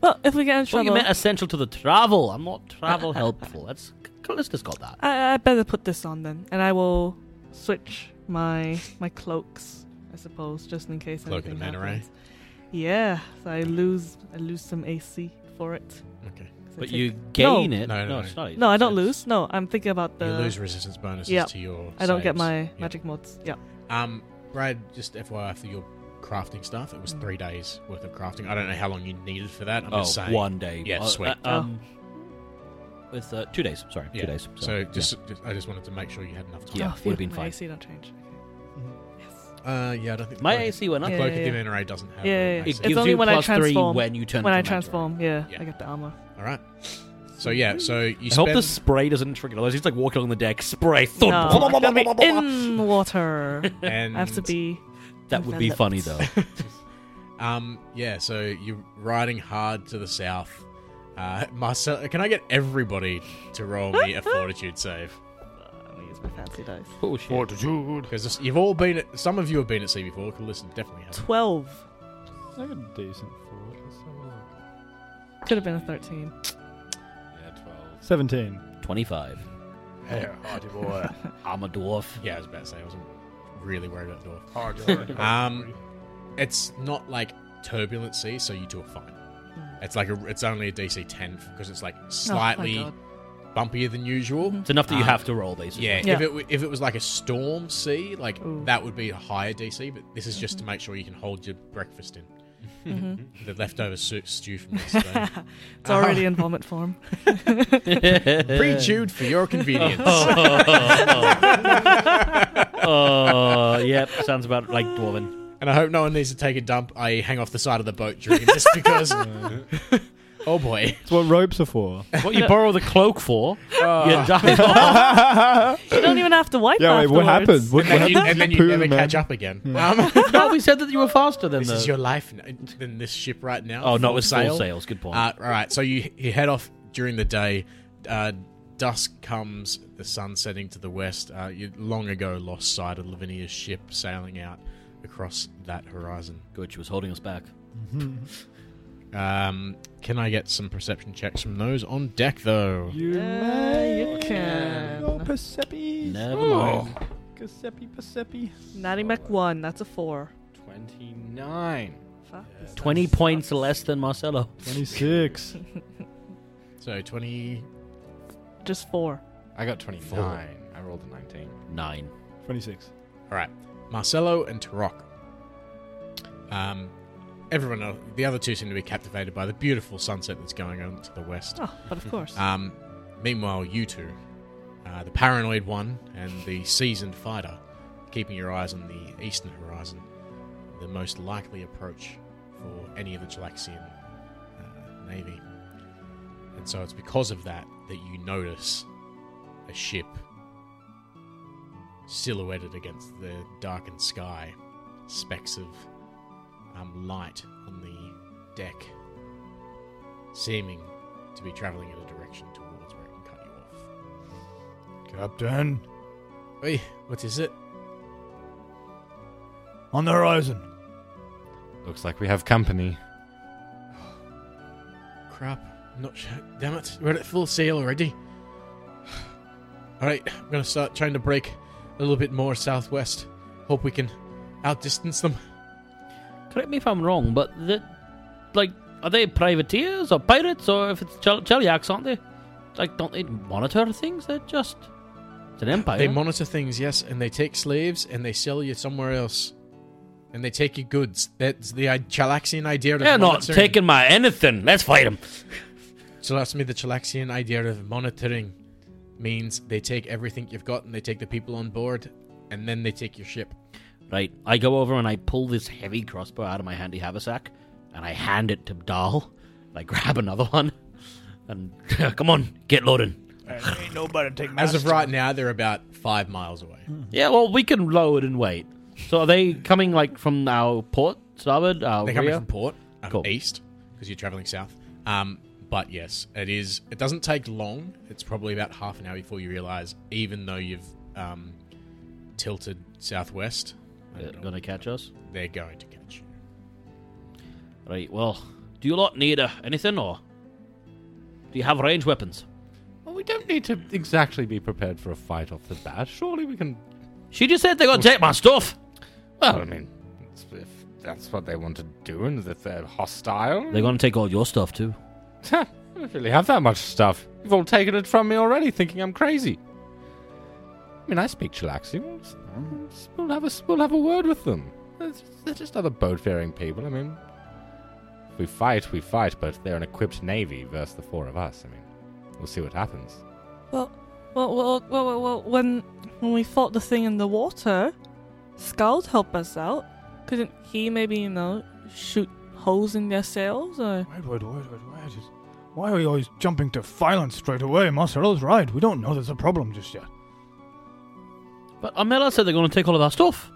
Well, if we get in
Well,
trouble,
you meant essential to the travel. I'm not travel helpful. That's let's just got that.
I, I better put this on then, and I will switch my my cloaks, I suppose, just in case
Cloak of the
anything
Manta Ray?
happens. Yeah, so I lose I lose some AC for it.
Okay.
'Cause I
But
take-
you gain
No.
it.
No, no, no.
it's not.
No, I don't
It's-
lose. No, I'm thinking about the.
you lose resistance bonuses
Yep.
to your.
uh, I don't get
saves.
my
Yeah.
magic mods. Yeah. Oh,
Um, Brad, just FYI for your crafting stuff, it was
Mm.
three days worth of crafting. I don't know how long you needed for that. I'm just
oh,
saying.
one day.
Yeah,
Uh,
sweet.
uh, um, With uh, two days. Sorry,
Yeah.
two days.
So just, just, I just wanted to make sure you had enough time.
Yeah,
oh,
would've been
my
fine.
AC don't change.
Uh, yeah, I don't think
my
the
AC went up.
Yeah,
Cloak of
yeah.
the Manta Ray doesn't have.
Yeah,
an
yeah, yeah.
AC.
It
It's
gives
only
you
when I
plus three
transform.
when you turn.
When
into
I
Manta Ray.
transform, yeah,
Yeah.
I get the armor.
All right. So yeah, so you
I
spend.
hope the spray doesn't trigger. Otherwise, he's like walking on the deck. Spray. thud,
No,
blah, blah,
I'm
blah,
gonna be
blah, blah, blah.
in water.
and
I have to be.
That would be funny though.
enveloped.
Um, yeah, so you're riding hard to the south. Uh, Marcel, can I get everybody to roll me a fortitude save?
I'm gonna use my fancy dice.
Oh shit.
Fortitude.
Because you've all been, at, some of you have been at sea before. Callista definitely has.
Twelve
I got a decent forward. Let's have a look.
could have been a thirteen. Oh,
Yeah, 12.
17.
Twenty-five.
Yeah, hardy boy.
I'm a dwarf.
Yeah, I was about to say I wasn't really worried about Dwarf.
Hardy boy.
Ah.
Um, It's not like turbulent sea, so you two are fine.
Hmm.
It's like a, it's only a DC 10 because it's like slightly
Oh, God.
bumpier than usual.
Mm-hmm.
It's enough that you
Um,
have to roll basically.
Yeah,
Yeah.
if it w- if it was like a storm sea, like
Ooh.
that would be a higher DC. But this is just to make sure you can hold your breakfast in the leftover su- stew from yesterday.
Mm-hmm. It's already in vomit form.
Pre-chewed for your convenience.
Oh.
Oh, yep. Sounds about like dwarven.
And I hope no one needs to take a dump. I hang off the side of the boat during this because. oh boy.
That's what ropes are for.
What you borrow the cloak for? Ah. you die.
You don't even have to wipe.
yeah, wait, what
afterwards.
happens? What,
And
what
then you,
happens?
and then you
Poo,
never
man. Hmm.
catch up again. Um,
no, we said that you were faster than
this
the.
is your life n- than this ship right now.
oh, no,
Full
it was full sales. Ah. Good point.
Uh, all right, so you you head off during the day. Uh, dusk comes, the sun setting to the west. Uh, you long ago lost sight of Lavinia's ship sailing out across that horizon.
Good, she was holding us back.
Um, can I get some perception checks from those on deck, though?
You
Yeah, Uh, you
may-
can.
Oh, Persepi.
Never mind.
Persepi, Persepi.
Natty Mac one. That's a four.
29.
Fuck, this dice
20 points
sucks.
less than Marcelo.
26.
So twenty.
Just four.
I got 29. I rolled a 19.
Nine.
26.
All right, Marcelo and Tarok. Um, everyone, else, the other two seem to be captivated by the beautiful sunset that's going on to the west.
Oh, but of course.
Um, meanwhile, you two uh, the paranoid one and the seasoned fighter, keeping your eyes on the eastern horizon, the most likely approach for any of the Jalaxian uh, navy. And so it's because of that that you notice a ship silhouetted against the darkened sky, specks of um, light on the deck, seeming to be traveling in a direction towards where it can cut you off.
Captain,
Oi, what is it?
on the horizon.
Looks like we have company.
Crap. I'm not sure. Damn it. We're at full sail already. Alright, I'm gonna start trying to break a little bit more southwest. Hope we can outdistance them.
Correct me if I'm wrong, but the, like, are they privateers or pirates or if it's Chel- Chelyaks, aren't they? Like, don't they monitor things? They're just it's an empire.
They monitor things, yes, and they take slaves and they sell you somewhere else. And they take your goods. That's the I- Chalaxian idea of
They're not
monitoring.
taking my anything. Let's fight them.
So that's me the Chalaxian idea of monitoring means they take everything you've got and they take the people on board and then they take your ship.
Right. I go over and I pull this heavy crossbow out of my handy haversack and I hand it to Dahl. And I grab another one and come on, get loading.
ain't nobody take my
As of right now, they're about five miles away.
Yeah, well, we can load and wait. So are they coming like from our port, starboard? Uh, Our
They're coming
rear?
from port um,
Oh, Cool.
east because you're traveling south. Um, but yes, it is. It doesn't take long. It's probably about half an hour before you realize, even though you've um, tilted southwest, I
They're
don't know,
gonna catch us.
they're going to catch you.
Right. Well, do you lot need uh, anything or do you have range weapons?
Well, we don't need to exactly be prepared for a fight off the bat. Surely we can.
She just said they're gonna take my stuff.
Well, I mean, it's- if that's what they want to do, and if they're hostile,
They're gonna take all your stuff too.
Huh, I don't really have that much stuff. You've all taken it from me already, thinking I'm crazy. I mean, I speak Chilaxi. We'll, s- we'll s- we'll have a s- we'll have a word with them. They're just, they're just other boat-faring people. I mean, if we fight, we fight, but they're an equipped navy versus the four of us. I mean, we'll see what happens.
Well, well, well, well, well, well when when we fought the thing in the water, Skald helped us out. Couldn't he maybe you know shoot holes in their sails or?
Wait, wait, wait, wait, wait. Just- Why are we always jumping to violence straight away? Marcel's right. We don't know there's a problem just yet.
But Amela said they're gonna take all of our stuff.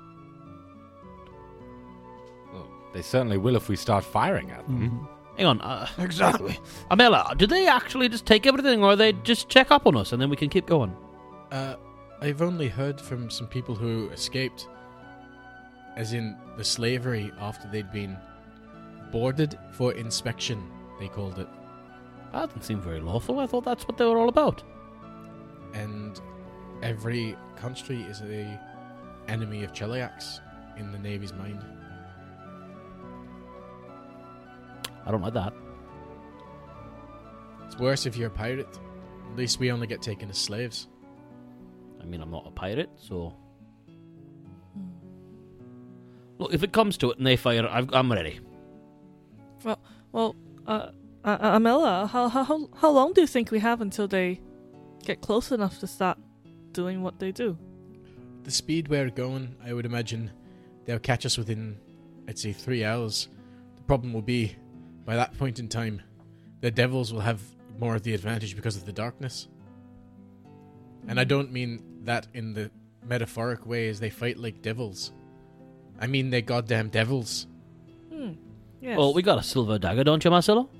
Well, they certainly will if we start firing at them.
Hang on, uh,
Exactly.
Amela, do they actually just take everything, or they just check up on us and then we can keep going?
Uh, I've only heard from some people who escaped, as in the slavery after they'd been boarded for inspection. They called it.
That doesn't seem very lawful. I thought that's what they were all about.
and every country is a enemy of Cheliax in the Navy's mind.
I don't like that.
It's worse if you're a pirate. At least we only get taken as slaves.
I mean, I'm not a pirate, so. Look, if it comes to it and they fire, I've, I'm ready.
Well, uh, uh, Amela, how how how long do you think we have until they get close enough to start doing what they do?
The speed we're going, I would imagine they'll catch us within, I'd say, three hours. The problem will be, by that point in time, the devils will have more of the advantage because of the darkness. And I don't mean that in the metaphoric way as they fight like devils. I mean they're goddamn devils.
Hmm. Yes.
Well, we got a silver dagger, don't you, Marcelo?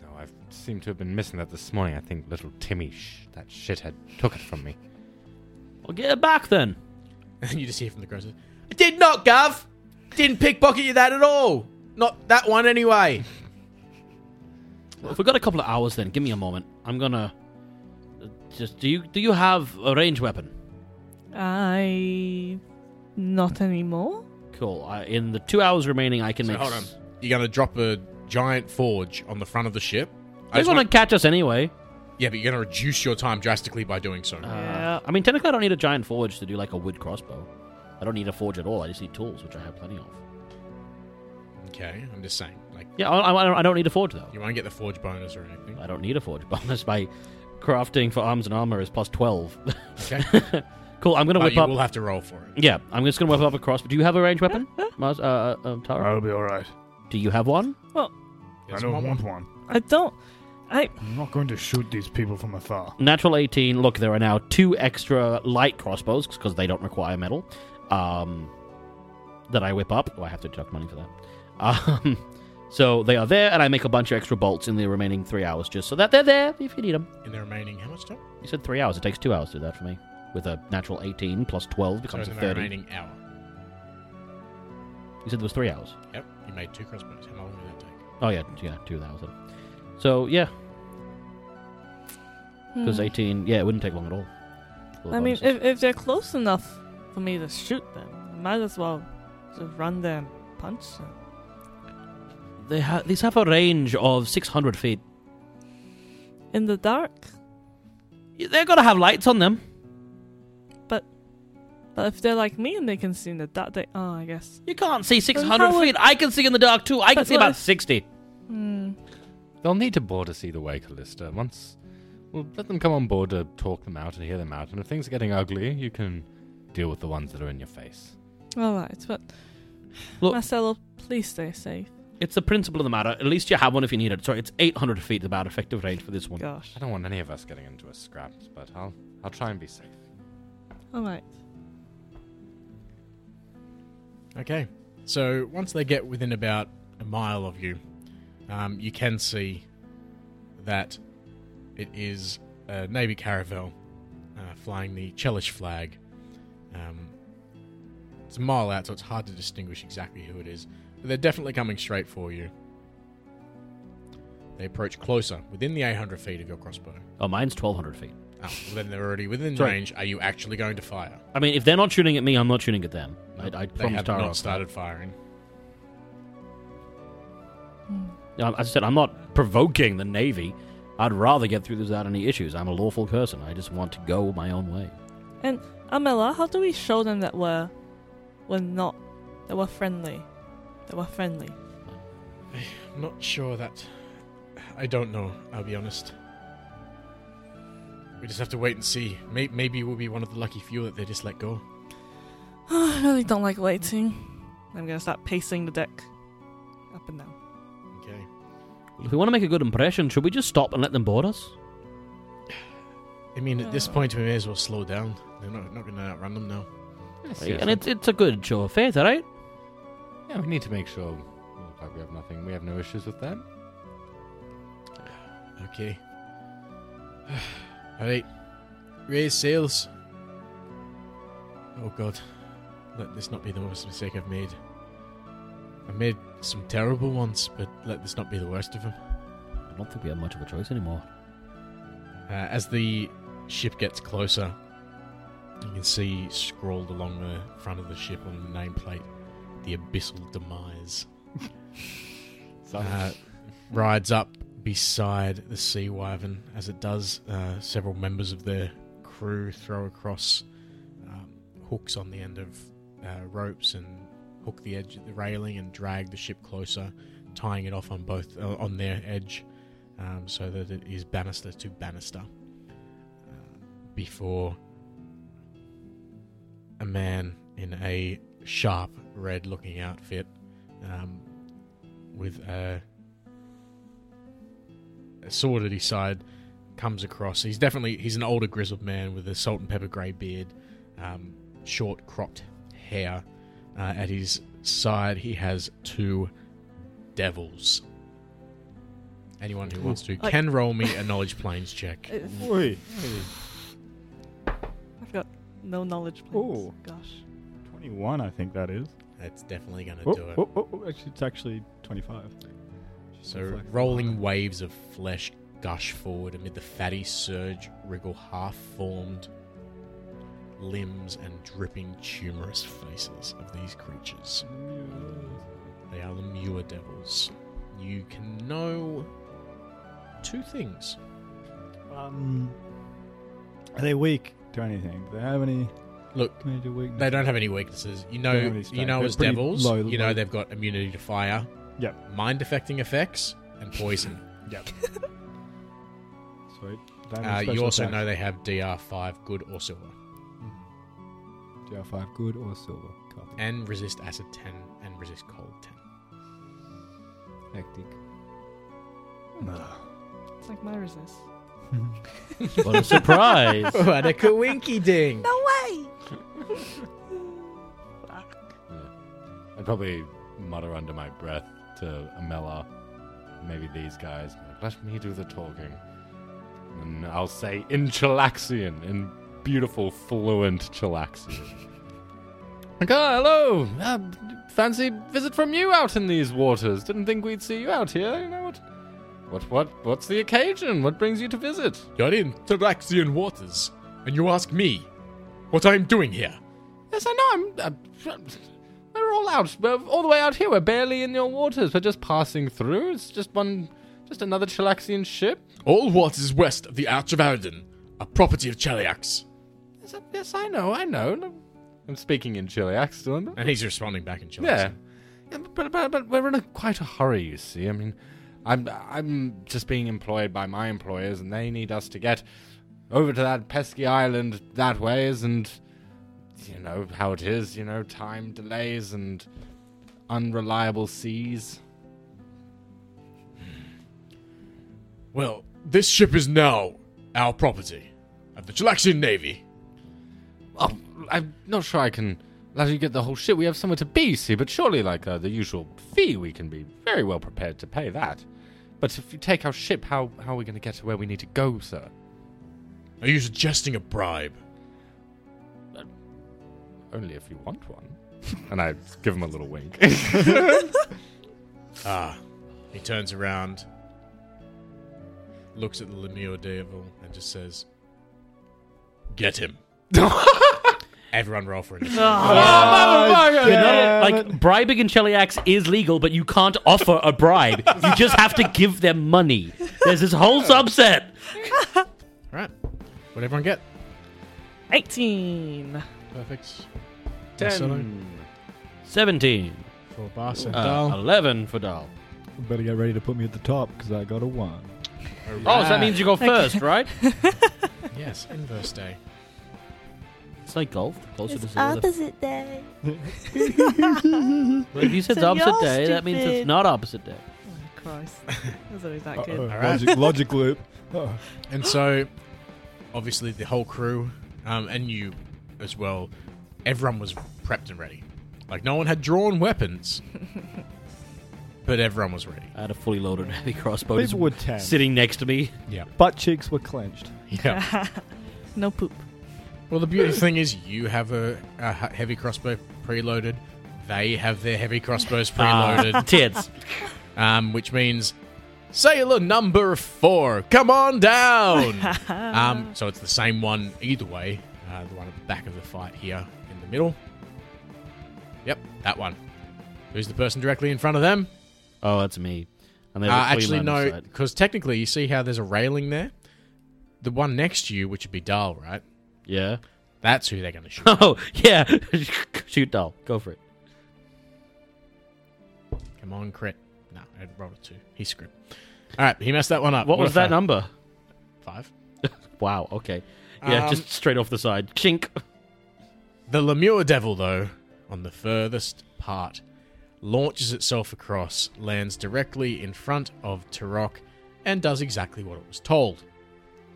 No, I seem to have been missing that this morning. I think little Timmy, sh- that shithead, took it from me.
Well, get it back then.
And you just hear from the crowd, I did not, Gav! Didn't pickpocket you that at all! Not that one anyway!
Well, if we got a couple of hours, then give me a moment. I'm gonna uh, just. Do you do you have a range weapon?
I not anymore.
Cool. I, in the two hours remaining, I can
So
make.
hold on.
s-
You're gonna drop a giant forge on the front of the ship. I
They're
just
gonna
wanna-
catch us anyway. Uh,
yeah, but you're gonna reduce your time drastically by doing so.
Yeah.
I mean, technically, I don't need a giant forge to do like a wood crossbow. I don't need a forge at all. I just need tools, which I have plenty of.
Okay, I'm just saying. Like,
Yeah, I, I, I don't need a forge though.
you won't get the forge bonus or anything.
I don't need a forge bonus by crafting for arms and armor is plus 12.
Okay.
cool, I'm going to
but
whip
you
up.
will have to roll for it.
Yeah, I'm just going to whip up a crossbow. Do you have a ranged weapon, Mars, uh, uh, um, Tara?
I'll be alright.
Do you have one?
I
Yes,
don't
one-
want one.
I don't. I
I'm not going to shoot these people from afar.
Natural 18. Look, there are now two extra light crossbows because they don't require metal um, that I whip up. Oh, I have to deduct money for that. Um, so they are there, and I make a bunch of extra bolts in the remaining three hours just so that they're there if you need them.
In the remaining, how much time?
You said three hours. It takes two hours to do that for me. With a natural 18 plus 12
So
becomes
in the
a 30.
remaining hour.
You said there was three hours.
Yep. You made two crossbows. How long did that take?
Oh, yeah, yeah, two hours. Then. So, yeah, because 18, yeah, it wouldn't take long at all. All the
Hmm. I mean,
bonuses.
if, if they're close enough for me to shoot them, I might as well just run there and punch them.
they ha- these have a range of 600 feet.
In the dark?
They're gonna have lights on them.
But if they're like me and they can see in the dark, they. Oh, I guess.
You can't see 600
how would-
feet. I can see in the dark too. I can
But
see
what
about
if-
60.
Hmm.
They'll need to board us either way, Callista. Once, we'll let them come on board to talk them out and hear them out. And if things are getting ugly, you can deal with the ones that are in your face.
Alright, but.
Look-
Marcelo, please stay safe.
It's the principle of the matter. At least you have one if you need it. Sorry, it's 800 feet about effective range for this one.
Gosh.
I don't want any of us getting into a scrap, but I'll I'll try and be safe.
Alright.
Okay. So once they get within about a mile of you, um, you can see that it is a Navy caravel uh, flying the Chelish flag. Um, it's a mile out, so it's hard to distinguish exactly who it is. But they're definitely coming straight for you. They approach closer, within the 800 feet of your crossbow.
Oh, mine's 1200 feet.
Oh, well, then they're already within
Sorry.
range. Are you actually going to fire?
I mean, if they're not shooting at me, I'm not shooting at them. I, I
they
promise
have
Tara.
not started firing.
Um, As I said, I'm not provoking the Navy. I'd rather get through this without any issues. I'm a lawful person. I just want to go my own way.
And Amela, how do we show them that we're. We're not. That we're friendly? That we're friendly.
I'm not sure that. I don't know, I'll be honest. We just have to wait and see. May- Maybe we'll be one of the lucky few that they just let go.
I really don't like waiting. I'm gonna start pacing the deck. Up and down.
Okay.
If we want to make a good impression, should we just stop and let them board us?
I mean, at this
Oh.
point, we may as well slow down. They're not, not going to outrun them now.
And it's, it's a good show of faith, all right?
yeah, we need to make sure we look like we have nothing. We have no issues with them.
Okay. Alright. Raise sails. Oh god. Let this not be the worst mistake I've made. I've made some terrible ones, but let this not be the worst of them.
I don't think we have much of a choice anymore.
Uh, as the ship gets closer, you can see scrawled along the front of the ship on the nameplate the Abyssal Demise. Uh, rides up beside the Sea Wyvern as it does. Uh, several members of the crew throw across um, hooks on the end of uh, ropes and hook the edge of the railing and drag the ship closer, tying it off on both uh, on their edge, um, so that it is banister to banister. Uh, before a man in a sharp red-looking outfit. Um, with a, a sword at his side comes across. He's definitely he's an older grizzled man with a salt and pepper grey beard, um, short cropped hair. Uh, at his side, he has two devils. Anyone who wants to
I-
can roll me a knowledge planes check.
Oi.
I've got no knowledge planes.
Ooh.
Gosh.
21, I think that is.
That's definitely going to
Oh,
do it.
oh, oh, oh, actually, it's actually 25.
So rolling waves of flesh gush forward amid the fatty surge, wriggle half formed limbs and dripping tumorous faces of these creatures. They are the Muir Devils. You can know two things.
uh,
Um, are they weak to anything? Do they have any
Look,
major weakness?
they don't have any weaknesses. You know,
They don't have any
you know
strength.
as
They're pretty
devils,
low-
you know
low-
they've got immunity to fire,
Yep.
mind affecting effects, and poison.
Yep. Sweet.
Uh, you also know they have DR5 good or silver
DR five good or silver. Copy.
and resist acid 10 and resist cold 10.
Hectic.
It's like my resist.
What a surprise!
what a kawinky ding!
No way!
I'd probably mutter under my breath to Amela, maybe these guys, let me do the talking. And I'll say in Chilaxian, in beautiful, fluent Chilaxian. okay, hello! Uh, fancy visit from you out in these waters. Didn't think we'd see you out here. You know what? What, what, what's the occasion? What brings you to visit?
You're in Taraxian waters, and you ask me what I'm doing here.
Yes, I know. I'm. Uh, we're all out. We're all the way out here. We're barely in your waters. We're just passing through. It's just one, just another Chilaxian ship.
All waters west of the Arch of Aridon are property of Cheliax.
Yes, I- yes, I know. I know. I'm speaking in Chilax, still. am I?
And he's responding back in Cheliax.
Yeah. Yeah, But, but, but we're in a, quite a hurry, you see. I mean, I'm I'm just being employed by my employers, and they need us to get over to that pesky island that ways, and you know how it is. You know, time delays and unreliable seas.
Well, this ship is now our property of the Chelaxian Navy.
Oh, I'm not sure I can let you get the whole shit. We have somewhere to be, you see, but surely, like uh, the usual fee, we can be very well prepared to pay that. But if you take our ship, how, how are we going to get to where we need to go, sir?
Are you suggesting a bribe?
Only if you want one. and I give him a little wink.
Ah. He turns around, looks at the Lemure Devil, and just says, Get him. Everyone roll for initiative.
You're not- like bribing in Cheliax is legal, but you can't offer a bribe. You just have to give them money. There's this whole subset.
All right. What'd everyone get?
18.
Perfect.
Seventeen.
For Barca.
Uh, Eleven for Dal.
Better get ready to put me at the top because I got a one.
Oh, so that means you go first, right?
yes, inverse day.
It's like golf. Closer to
It's
zero.
opposite day.
Well, if you said
So
opposite
you're
day, that means it's
stupid.
not opposite day.
Oh, Christ. That's always that
Uh-oh,
good.
right.
logic, logic loop. Uh-oh.
And so, obviously, the whole crew, um, and you as well, everyone was prepped and ready. Like, no one had drawn weapons, but everyone was ready.
I had a fully loaded heavy crossbow just
People were tense.
sitting next to me.
Yeah.
Butt cheeks were clenched.
Yeah.
No poop.
well, the beauty thing is, you have a, a he- heavy crossbow preloaded. They have their heavy crossbows
Ah,
preloaded,
tits.
um, which means sailor number four, come on down. um, so it's the same one either way. Uh, the one at the back of the fight here in the middle. Yep, that one. Who's the person directly in front of them?
Oh, that's me. And
Uh,
they were
actually,
Cleveland
no,
side.
because technically, you see how there's a railing there. The one next to you, which would be Dahl, right?
Yeah.
That's who they're going to shoot.
Oh, yeah. Shoot, doll. Go for it.
Come on, crit. No, I rolled a two. He's screwed. All right, he messed that one up.
Uh, What was
a
that
fa-
number?
Five.
Wow. Okay. Yeah,
Um,
just straight off the side. Chink.
The Lemur Devil, though, on the furthest part, launches itself across, lands directly in front of Turok, and does exactly what it was told.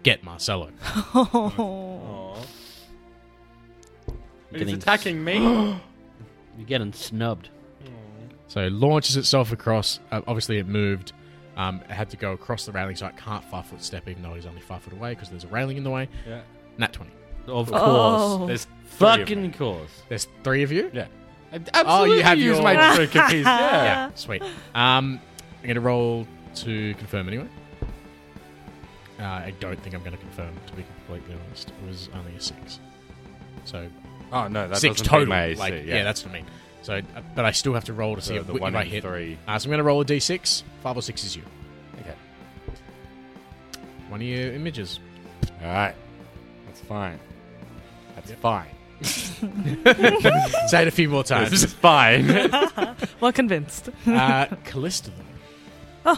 Get Marcello. Oh,
Oh.
Getting-
me.
You're getting snubbed.
So it launches itself across. Uh, obviously, it moved. Um, it had to go across the railing, so it can't five foot step, even though he's only five foot away because there's a railing in the way.
Yeah.
Nat twenty.
Of course.
Oh.
There's three of
Fucking course.
There's three of you.
Yeah. I d- absolutely
you have
use
your-
my trick of his. Yeah.
Yeah, sweet. Um, I'm gonna roll to confirm anyway. Uh, I don't think I'm gonna confirm. To be completely honest, it was only a six. So
Oh no, that
six
doesn't
total.
beat my AC,
like,
yeah.
yeah. that's what I mean. So, uh, but I still have to roll to see
So
if,
the
if
one
I
and
hit.
three.
Uh, so I'm gonna roll a d6. Five or six is you.
Okay.
One of your images.
All right. That's fine. That's fine.
Say it a few more
This
times.
is fine.
Well convinced.
uh, Callista, though.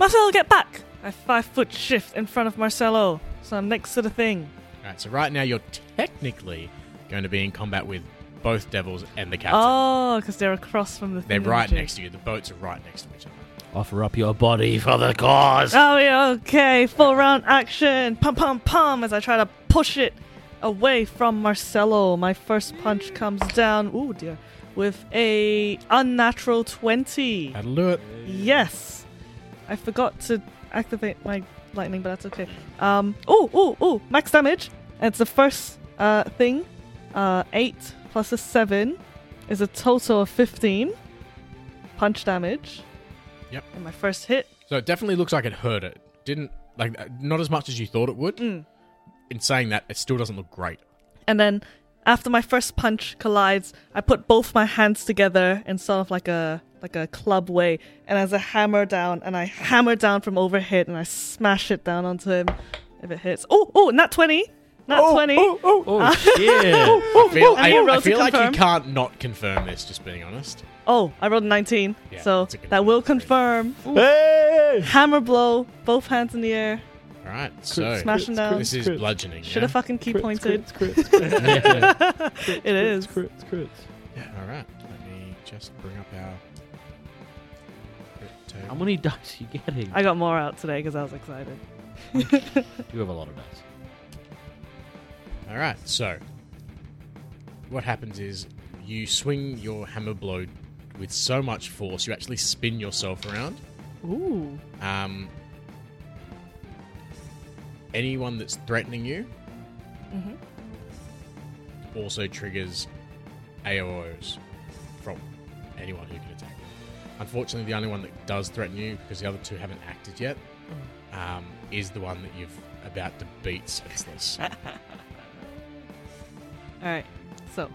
Marcel, get back! I five foot shift in front of Marcello, so I'm next to the thing.
Alright, so right now you're technically going to be in combat with both devils and the captain.
Oh, because they're across from the
They're
thing.
right next to you. The boats are right next to each other.
Offer up your body for the cause.
Oh, yeah, okay. Full round action. Pum, pum, pum, as I try to push it away from Marcello. My first punch comes down. Ooh, dear. With a unnatural 20.
That'll do it.
Yes. I forgot to activate my lightning, but that's okay. Um, oh, oh, oh, max damage. And it's the first uh, thing. Uh, 8 plus a 7 is a total of 15 punch damage.
Yep.
And my first hit.
So it definitely looks like it hurt it. Didn't, like, uh, not as much as you thought it would.
Mm.
In saying that, it still doesn't look great.
And then after my first punch collides, I put both my hands together in sort of like a like a club way, and as I hammer down, and I hammer down from overhead, and I smash it down onto him if it hits. Oh, oh, not twenty, not twenty.
Oh shit!
oh.
I feel,
I roll
I, I
to
feel like you
confirm.
can't not confirm this, just being honest.
Oh, I rolled a nineteen,
Yeah,
so
that's a good
that will
one.
confirm. Ooh.
Hey!
Hammer blow, both hands in the air,
Alright, so
smashing
Crits,
down.
this is
Crits.
bludgeoning.
Should
yeah?
have fucking key pointed.
Crits, crits, crits,
Yeah.
crits,
It is.
Crits, crits.
Alright, let me just bring up our. crit
How
table.
many dice are you getting?
I got more out today because I was excited.
You have a lot of dice.
All right, so what happens is you swing your hammer blow with so much force you actually spin yourself around.
Ooh,
Um, anyone that's threatening you
Mhm.
also triggers AOs from anyone who can attack. you. Unfortunately, the only one that does threaten you because the other two haven't acted yet um, is the one that you've about to beat senseless.
all right, so.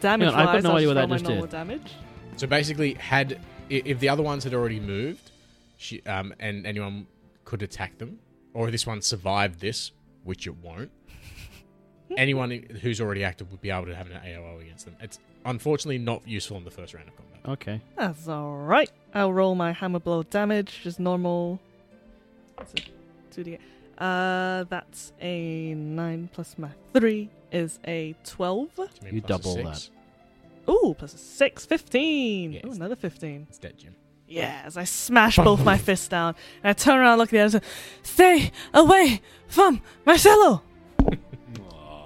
Damage
I've got
wise,
no
I'll
idea what
roll
that
my
just
normal
did.
damage.
So basically, had i- if the other ones had already moved, she um, and anyone could attack them, or this one survived this, which it won't. anyone who's already active would be able to have an AOO against them. It's unfortunately not useful in the first round of combat.
Okay.
That's alright. I'll roll my hammer blow damage, just normal. What's it? 2d8. Uh, that's a 9 plus my 3 is a 12.
To me,
You
plus a
double
six.
Ooh, plus a 6, 15.
Yes.
Ooh, another 15.
It's dead, Jim.
Yes, I smash both my fists down. And I turn around, look at the other, and say, Stay away from Marcello!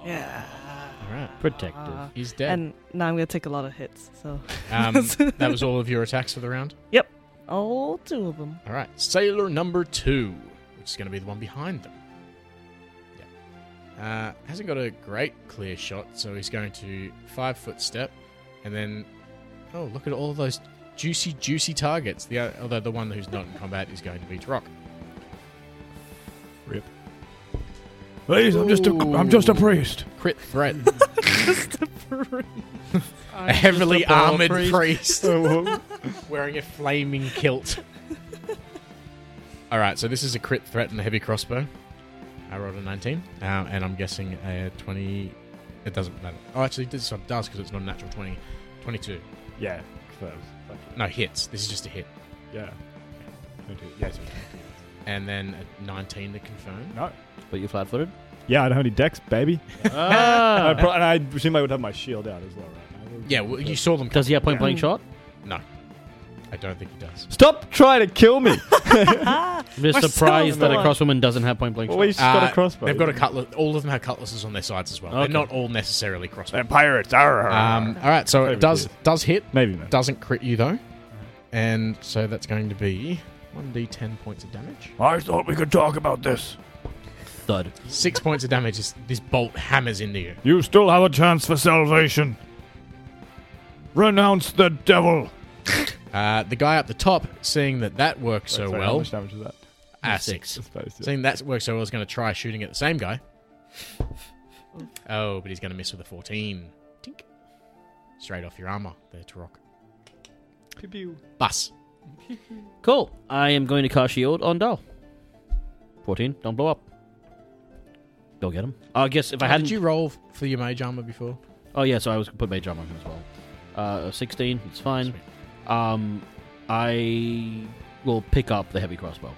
yeah.
All right,
Protective.
Uh,
he's dead.
and now I'm going to take a lot of hits, so.
Um, that was all of your attacks for the round.
All two of them.
All right, sailor number two, which is going to be the one behind them. Yeah, uh, hasn't got a great clear shot, so he's going to five foot step, and then oh look at all those juicy, juicy targets. The o- although the one who's not in combat is going to be Rock.
Please, I'm just a, I'm just a priest.
Crit threat,
I'm
a heavily
just a poor
armored
priest. Oh,
priest, wearing a flaming kilt. all right, so this is a crit threat and a heavy crossbow. I rolled a 19, um, and I'm guessing a 20. It doesn't matter. Oh, actually, this one does because it's not a natural 20. 22.
Yeah, confirms. Fuck it.
No, hits. This is just a hit.
Yeah. Don't do it. Yes, we can.
And then a 19 to confirm.
No.
But you're flat-footed.
Yeah, I don't have any decks, baby.
Ah.
And I pro- and I presume I would have my shield out as well, right? I would-
Yeah, well, you saw them.
Does he have point blank
Yeah.
shot?
I don't think he does.
Stop trying to kill me!
Ah!
I'm just
Marcel's
surprised that a
the one.
crosswoman doesn't have point blank shot.
Always got
Uh,
a crossbow.
They've got a cutlass. All of them have cutlasses on their sides as well.
Okay.
They're not all necessarily crossbows.
They're pirates. Arr.
Um, all right, so it
Favorite
does
is.
does hit.
Maybe not.
Doesn't crit you though, and so that's going to be 1d10 points of damage.
I thought we could talk about this.
Thud.
Six points of damage. Is, this bolt hammers into you.
You still have a chance for salvation. Renounce the devil.
Uh, the guy up the top, seeing that that worked so
Sorry, How
well,
much damage is that?
ah,
Six.
six.
It's supposed to-
Seeing that worked so well, is going to try shooting at the same guy. Oh, but he's going to miss with a 14. Tink. Straight off your armor there, Turok. Bus.
Cool. I am going to cast shield on Dahl. Fourteen. Don't blow up. Go get him. I guess if I hadn't.
Did you roll for your mage armor before?
Oh yeah, so I was put mage armor on him as well. Uh, sixteen. It's fine.
Sweet.
Um, I will pick up the heavy crossbow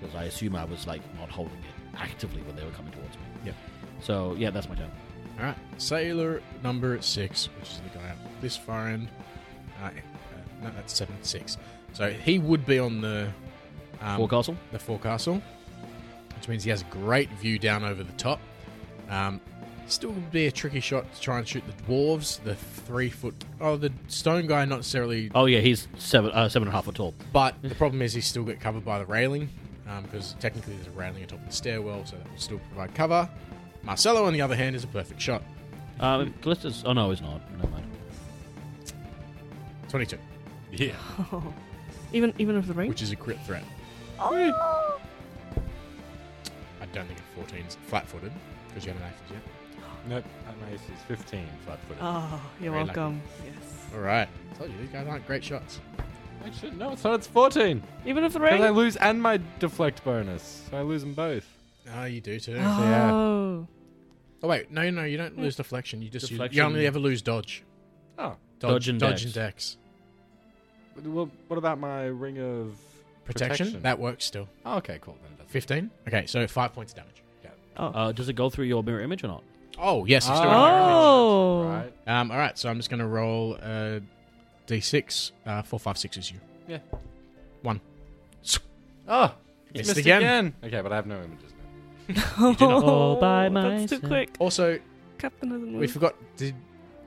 because I assume I was like not holding it actively when they were coming towards me.
Yep.
So yeah, that's my turn.
All right, sailor number six, which is the guy up this far end. Uh, uh, no, that's seven six. So he would be on the um,
Forecastle.
the forecastle, which means he has a great view down over the top. Um, still would be a tricky shot to try and shoot the dwarves, the three foot. Oh, the stone guy not necessarily,
Oh yeah, he's seven uh, seven and a half foot tall.
but the problem is he still get covered by the railing because technically there's a railing atop the stairwell, so that will still provide cover. Marcelo, on the other hand, is a perfect shot.
Um, Callista's. Oh no, he's not. Never mind.
Twenty two,
Yeah.
even even with the ring.
which is a crit threat.
Oh.
I don't think a 14's flat footed because you haven't acted yet.
Nope. That mace is 15 flat footed.
Oh, you're
Very
welcome. Yes.
All right. told you, these guys aren't great shots.
Actually, no, it's not. It's 14.
Even with the
Because I
ring.
lose and my deflect bonus. So I lose them both.
Oh, you do too.
yeah.
Oh.
Oh, wait. No, no, you don't lose deflection. You just You,
Deflection.
you only ever lose dodge.
Oh.
Dodge,
Dodge and dex.
Well, what about my ring of
Protection?
Protection.
That works still.
Oh, okay, cool. Then that's
15? Okay, so five points of damage.
Uh, does it go through your mirror image or not?
Oh, yes. It's still on my
Oh.
image.
Right.
Um, all right, so I'm just going to roll uh, d6. Uh, four, five, six is you.
Yeah.
One.
Oh, it's
Missed again.
Okay, but I have no images now.
All by
Oh. That's too
myself.
quick.
Also,
Captain of the
we
moon.
forgot. Did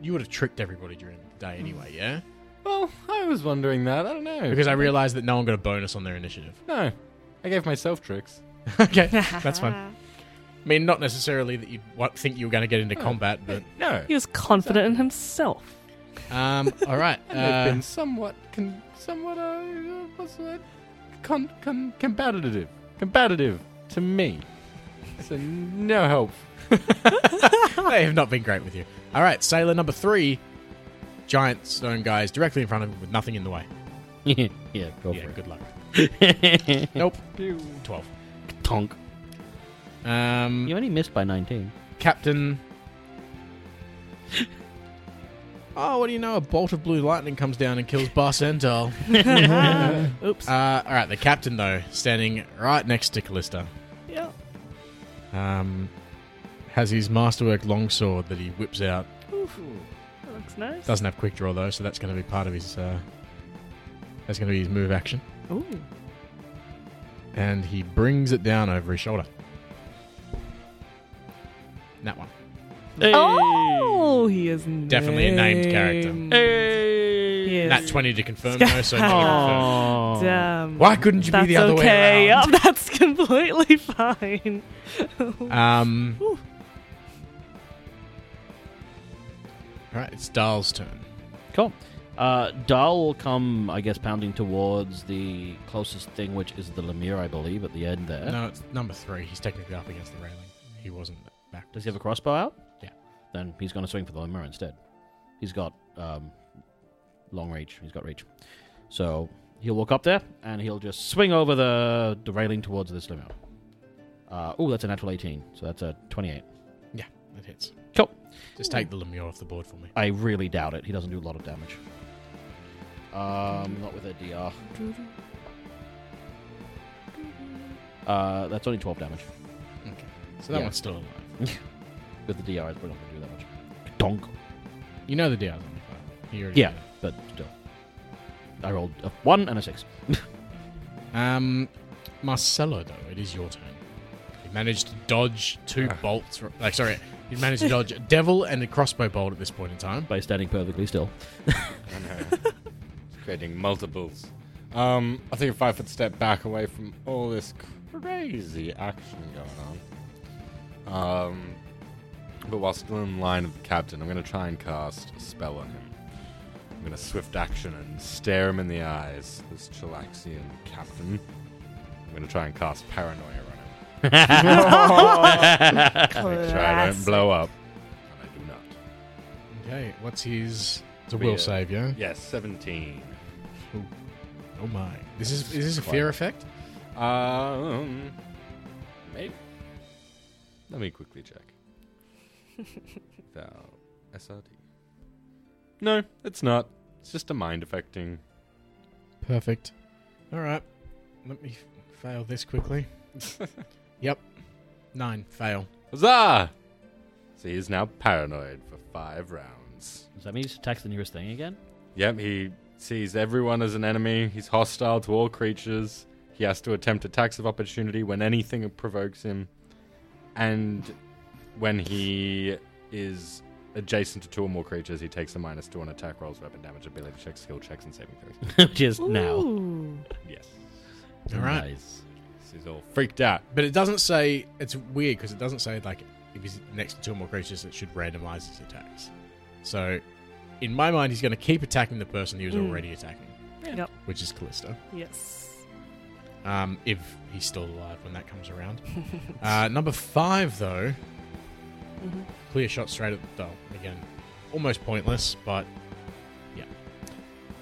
You would have tricked everybody during the day anyway, yeah?
Well, I was wondering that. I don't know.
Because I realized that no one got a bonus on their initiative.
No. I gave myself tricks.
okay, that's fine. I mean, not necessarily that you think you were going to get into
Oh.
combat, but
No.
He was confident in himself.
um, all right.
And they've
Uh,
been somewhat, con- somewhat, uh, uh, what's the word? Con- con- combative. Combative to me. So no help.
uh, they have not been great with you. All right, sailor number three, giant stone guys directly in front of him with nothing in the way.
yeah, go
yeah,
for
good luck.
it.
Nope,
Pew.
twelve.
Tonk.
Um,
You only missed by nineteen.
Captain. Oh, what do you know? A bolt of blue lightning comes down and kills Barcental.
Oops.
Uh, all right, the captain though, standing right next to Callista.
yeah.
um, has his masterwork longsword that he whips out.
That looks nice.
Doesn't have quick draw though, so that's going to be part of his. Uh, that's going to be his move action,
Ooh.
and he brings it down over his shoulder. That one.
Oh, he is
Definitely a named character.
named.
Hey.
Yes.
That twenty to confirm though, so confirm.
Oh.
Damn.
why couldn't you
that's
be the other
okay.
way around?
Yep, that's completely fine.
Um. all right, it's Dahl's turn.
Cool. Uh, Dahl will come, I guess, pounding towards the closest thing, which is the Lemire, I believe, at the end there.
No, it's number three. He's technically up against the railing. He wasn't back.
Does he have a crossbow out?
Yeah.
Then he's going to swing for the Lemire instead. He's got um, long reach. He's got reach. So he'll walk up there and he'll just swing over the, the railing towards this Lemire. Uh, oh, that's a natural 18. So that's a 28.
Yeah, that hits.
Cool.
Just take the Lemure off the board for me.
I really doubt it. He doesn't do a lot of damage. Um, not with a DR. Uh, that's only 12 damage.
Okay. So that
Yeah.
one's still alive.
With the DR, it's probably not going to do that much. Donk.
You know the DR's on the fire. You already
Yeah, but still. I rolled a 1 and a 6.
know. Um, Marcelo, though, it is your turn. You managed to dodge two
Ah.
bolts. fro- Like, sorry, you managed to dodge a devil and a crossbow bolt at this point in time.
By standing perfectly still.
I know. Creating multiples. Um, I think a five foot step back away from all this crazy action going on. Um, but while still in line with the captain, I'm going to try and cast a spell on him. I'm going to swift action and stare him in the eyes, this Chilaxian captain. I'm going to try and cast paranoia on him. Make sure I don't
Classic.
blow up. And I do not.
Okay, what's his. It's a
Be
will
a-
save, yeah?
Yes, 17.
Oh my. This is, is this a fear effect?
Um, maybe. Let me quickly check. Val SRD. No, it's not. It's just a mind affecting.
Perfect. All right. Let me fail this quickly. yep. Nine. Fail.
Huzzah! So he is now paranoid for five rounds.
Does that mean he just attacks the nearest thing again?
Yep, he sees everyone as an enemy. He's hostile to all creatures. He has to attempt attacks of opportunity when anything provokes him. And when he is adjacent to two or more creatures, he takes a minus two on attack rolls, weapon damage, ability checks, skill checks, and saving throws.
just now.
Ooh.
Yes.
All right.
Nice.
He's all freaked out.
But it doesn't say. It's weird because it doesn't say like if he's next to two or more creatures, it should randomize his attacks. So, in my mind, he's going to keep attacking the person he was
Mm.
already attacking.
Yep.
Which is Callista.
Yes.
Um, if he's still alive when that comes around. uh, number five, though,
Mhm.
clear shot straight at the doll again. Almost pointless, but yeah.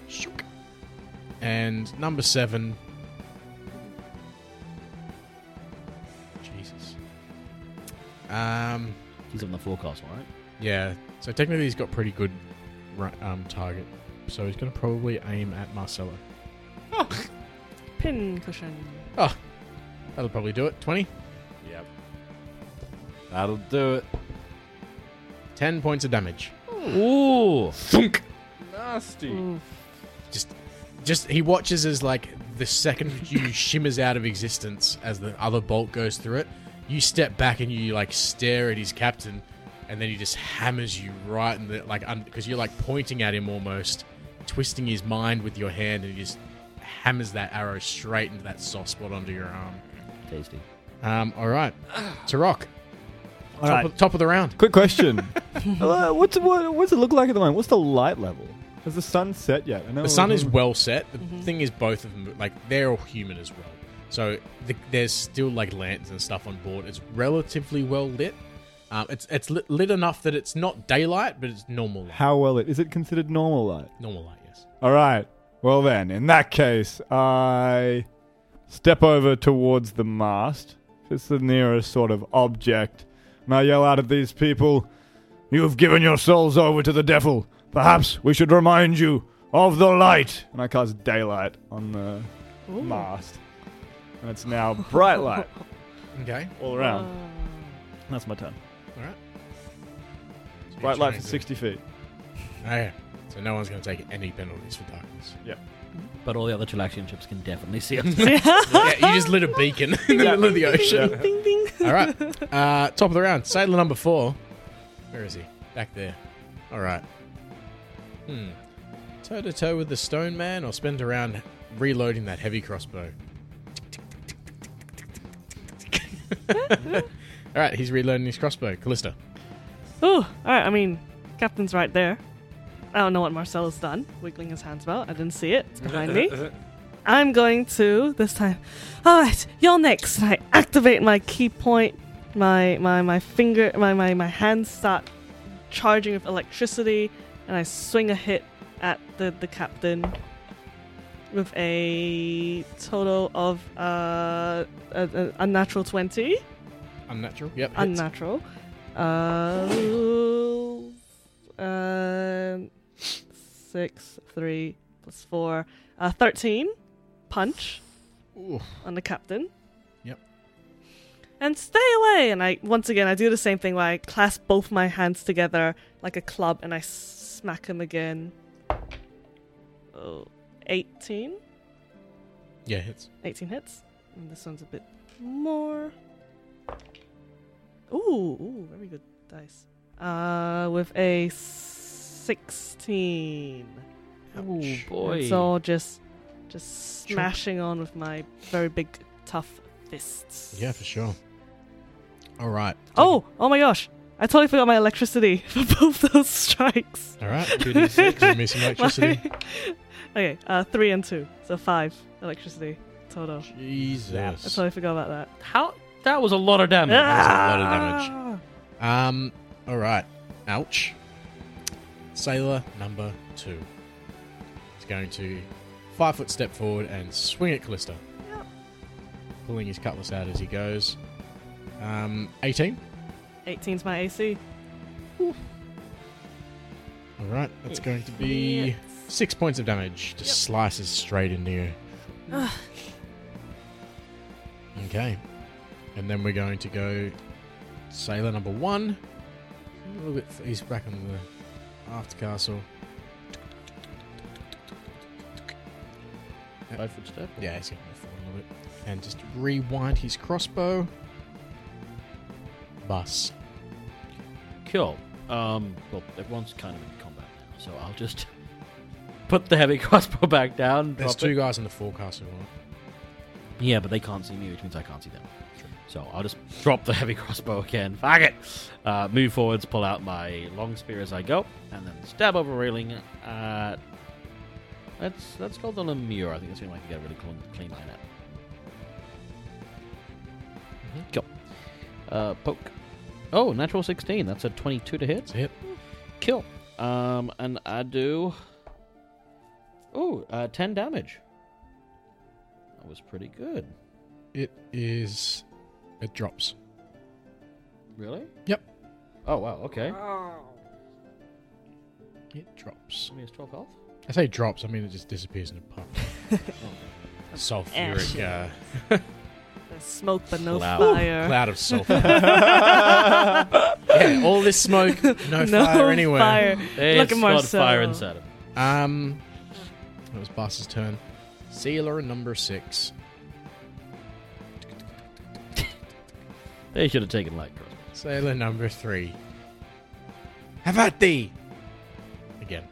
Shook. And number seven. Jesus. Um.
He's on the forecast, all right?
Yeah. So technically, he's got pretty good ru- um, target. So he's going to probably aim at Marcella.
Pin cushion.
That'll probably do it. Twenty.
Yep. That'll do it.
Ten points of damage.
Ooh.
Nasty.
Ooh.
just he watches as like the second you shimmers out of existence as the other bolt goes through it you step back and you like stare at his captain and then he just hammers you right in the like because you're like pointing at him almost twisting his mind with your hand and he just hammers that arrow straight into that soft spot under your arm
Tasty.
um all right Tarok
All
top,
right.
of, top of the round
Quick question. Uh, what's what, what's it look like at the moment? What's the light level? Has the sun set yet? I know
The sun
we're
is
doing-
well set. The
Mhm.
thing is, both of them, like, they're all human as well. So the, there's still, like, lanterns and stuff on board. It's relatively well lit. Um, it's it's lit, lit enough that it's not daylight, but it's normal light.
How well it is it considered normal light?
normal light, yes.
All right. Well then, in that case, I step over towards the mast. It's the nearest sort of object. And I yell out at these people, "You've given your souls over to the devil. Perhaps we should remind you of the light." And I cast daylight on the
Ooh.
mast. And it's now bright light
Okay.
all around.
Uh,
That's my turn.
So
Bright
you're
light
trying
for
to-
60 feet.
Okay. Oh, So no one's going to take any penalties for darkness.
But all the other Chilaxian ships can definitely see us.
yeah, you just lit a beacon in the middle of the ocean.
ding ding.
All right. Uh, top of the round. Sailor number four. Where is he? Back there. All right. Hmm. Toe to toe with the stone man, or spend a round reloading that heavy crossbow. All right, he's reloading his crossbow. Callista.
Oh, alright, I mean, Captain's right there. I don't know what Marcelo's done, wiggling his hands about. I didn't see it. It's behind me. I'm going to this time. Alright, you're next. And I activate my key point. My my my finger my, my, my hands start charging with electricity and I swing a hit at the, the captain with a total of uh, a, a unnatural twenty.
Unnatural. Yep. hits.
Unnatural. Uh, um, six, three, plus four, uh, thirteen. Punch
Ooh.
on the captain.
Yep.
And stay away. And I once again I do the same thing where I clasp both my hands together like a club and I smack him again. Oh, 18?
Yeah, hits.
18 hits. And Mm, this one's a bit more. Ooh, ooh, very good dice. Uh, with a 16.
Ooh,
And
Oh, boy.
So just, just
Sure.
smashing on with my very big, tough fists.
Yeah, for sure. All right.
Oh, oh my gosh! I totally forgot my electricity for both those strikes.
All right. Two d six. Give me some electricity.
okay, uh, three and two, so five electricity total. I
Jesus.
totally forgot about that.
How? That was a lot of damage.
lot of damage.
Ah!
Um. All right. Ouch. Sailor number two is going to five foot step forward and swing at Callista,
Yep.
pulling his cutlass out as he goes. Um, eighteen.
18's my AC.
All right. That's going to be six points of damage. Just slices straight into you. Okay. And then we're going to go sailor number one. A little bit, he's back on the aft castle.
Five foot step.
Yeah, he's going to move forward a little bit. And just rewind his crossbow. Bus.
Cool. Um, well, everyone's kind of in combat now, so I'll just put the heavy crossbow back down.
There's
drop
two
it.
guys in the forecastle. Right?
Yeah, but they can't see me, which means I can't see them. So I'll just drop the heavy crossbow again. Fuck it. Uh, move forwards, pull out my long spear as I go, and then stab over railing. Uh, let's let's call the Lemur. I think that's the only way I can get a really clean, clean line at. Go. Uh, poke. Oh, natural sixteen. That's a twenty-two to hit.
It's a hit.
Kill. Um, and I do. Ooh, uh, 10 damage. That was pretty good.
It is. It drops.
Really?
Yep.
Oh, wow, okay.
It drops.
I mean, it's 12 health.
I say drops, I mean it just disappears in a puff. Sulfuric. Uh,
There's smoke but no
Cloud.
fire.
cloud of sulfur. yeah, all this smoke, no, fire anywhere.
fire.
It's
at
got fire
Marcelo.
inside of
Um, it was Boss's turn. Sealer number six.
it. They should have taken light crossbow.
Sailor number three. Have at thee! Again.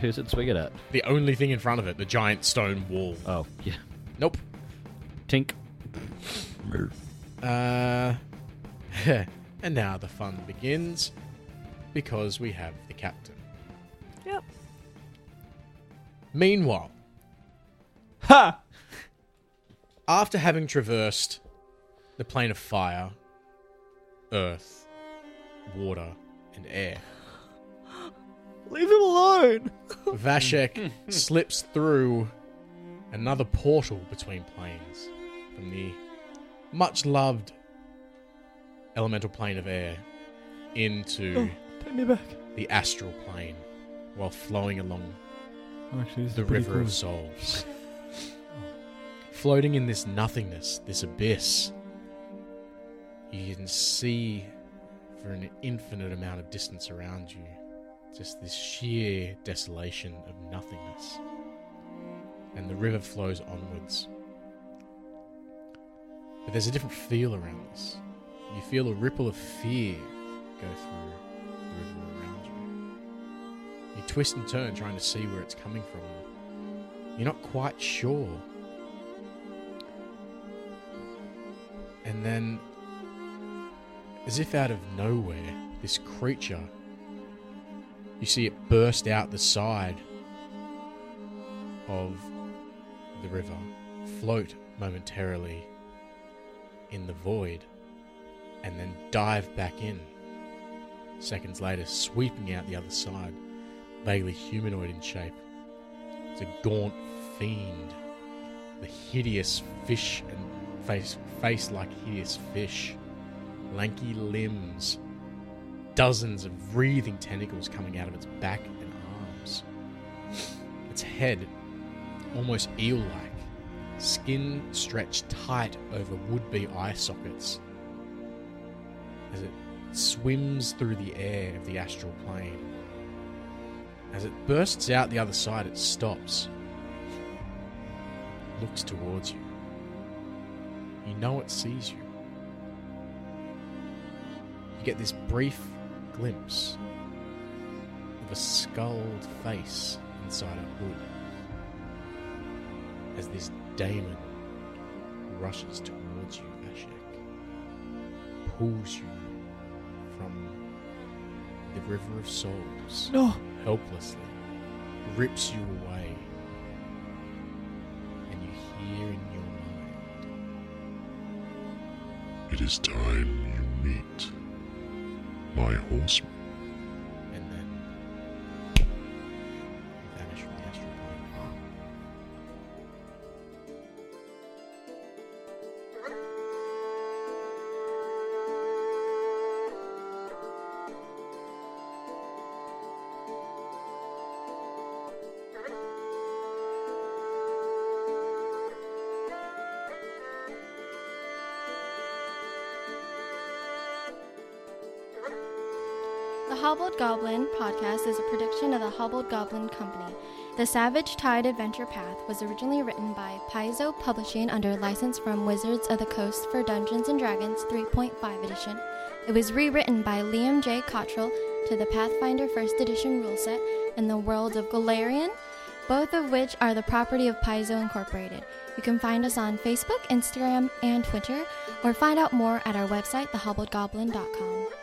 Who's it swing it at?
The only thing in front of it, the giant stone wall.
Oh, yeah.
Nope.
Tink.
Uh, and now the fun begins because we have the captain.
Yep.
Meanwhile,
Ha!
after having traversed the plane of fire, earth, water, and air,
Leave him alone.
Vashek slips through another portal between planes from the much loved elemental plane of air into
Take me back.
the astral plane while flowing along
Oh, Actually, this is
the
pretty
river
cool.
of souls. Floating in this nothingness, this abyss, you can see for an infinite amount of distance around you just this sheer desolation of nothingness. And the river flows onwards. But there's a different feel around this. You feel a ripple of fear go through the river around you. You twist and turn trying to see where it's coming from. You're not quite sure. And then, as if out of nowhere, this creature, you see it burst out the side of the river, float momentarily in the void, and then dive back in. Seconds later, sweeping out the other side vaguely humanoid in shape. It's a gaunt fiend, the hideous fish and face face like hideous fish, lanky limbs, dozens of wreathing tentacles coming out of its back and arms. Its head, almost eel-like, skin stretched tight over would-be eye sockets as it swims through the air of the astral plane. As it bursts out the other side, it stops, looks towards you. You know it sees you. You get this brief glimpse of a skulled face inside a hood as this daemon rushes towards you, Ashek, pulls you from the river of souls
No.
helplessly, rips you away, and you hear in your mind
It is time you meet my horseman.
and then vanish from the astral plane.
The Hobbled Goblin podcast is a production of the Hobbled Goblin Company. The Savage Tide Adventure Path was originally written by Paizo Publishing under license from Wizards of the Coast for Dungeons and Dragons 3.5 edition. It was rewritten by Liam J. Cottrell to the Pathfinder First Edition rule set and the world of Galarian, both of which are the property of Paizo Incorporated. You can find us on Facebook, Instagram, and Twitter, or find out more at our website, thehobbledgoblin.com.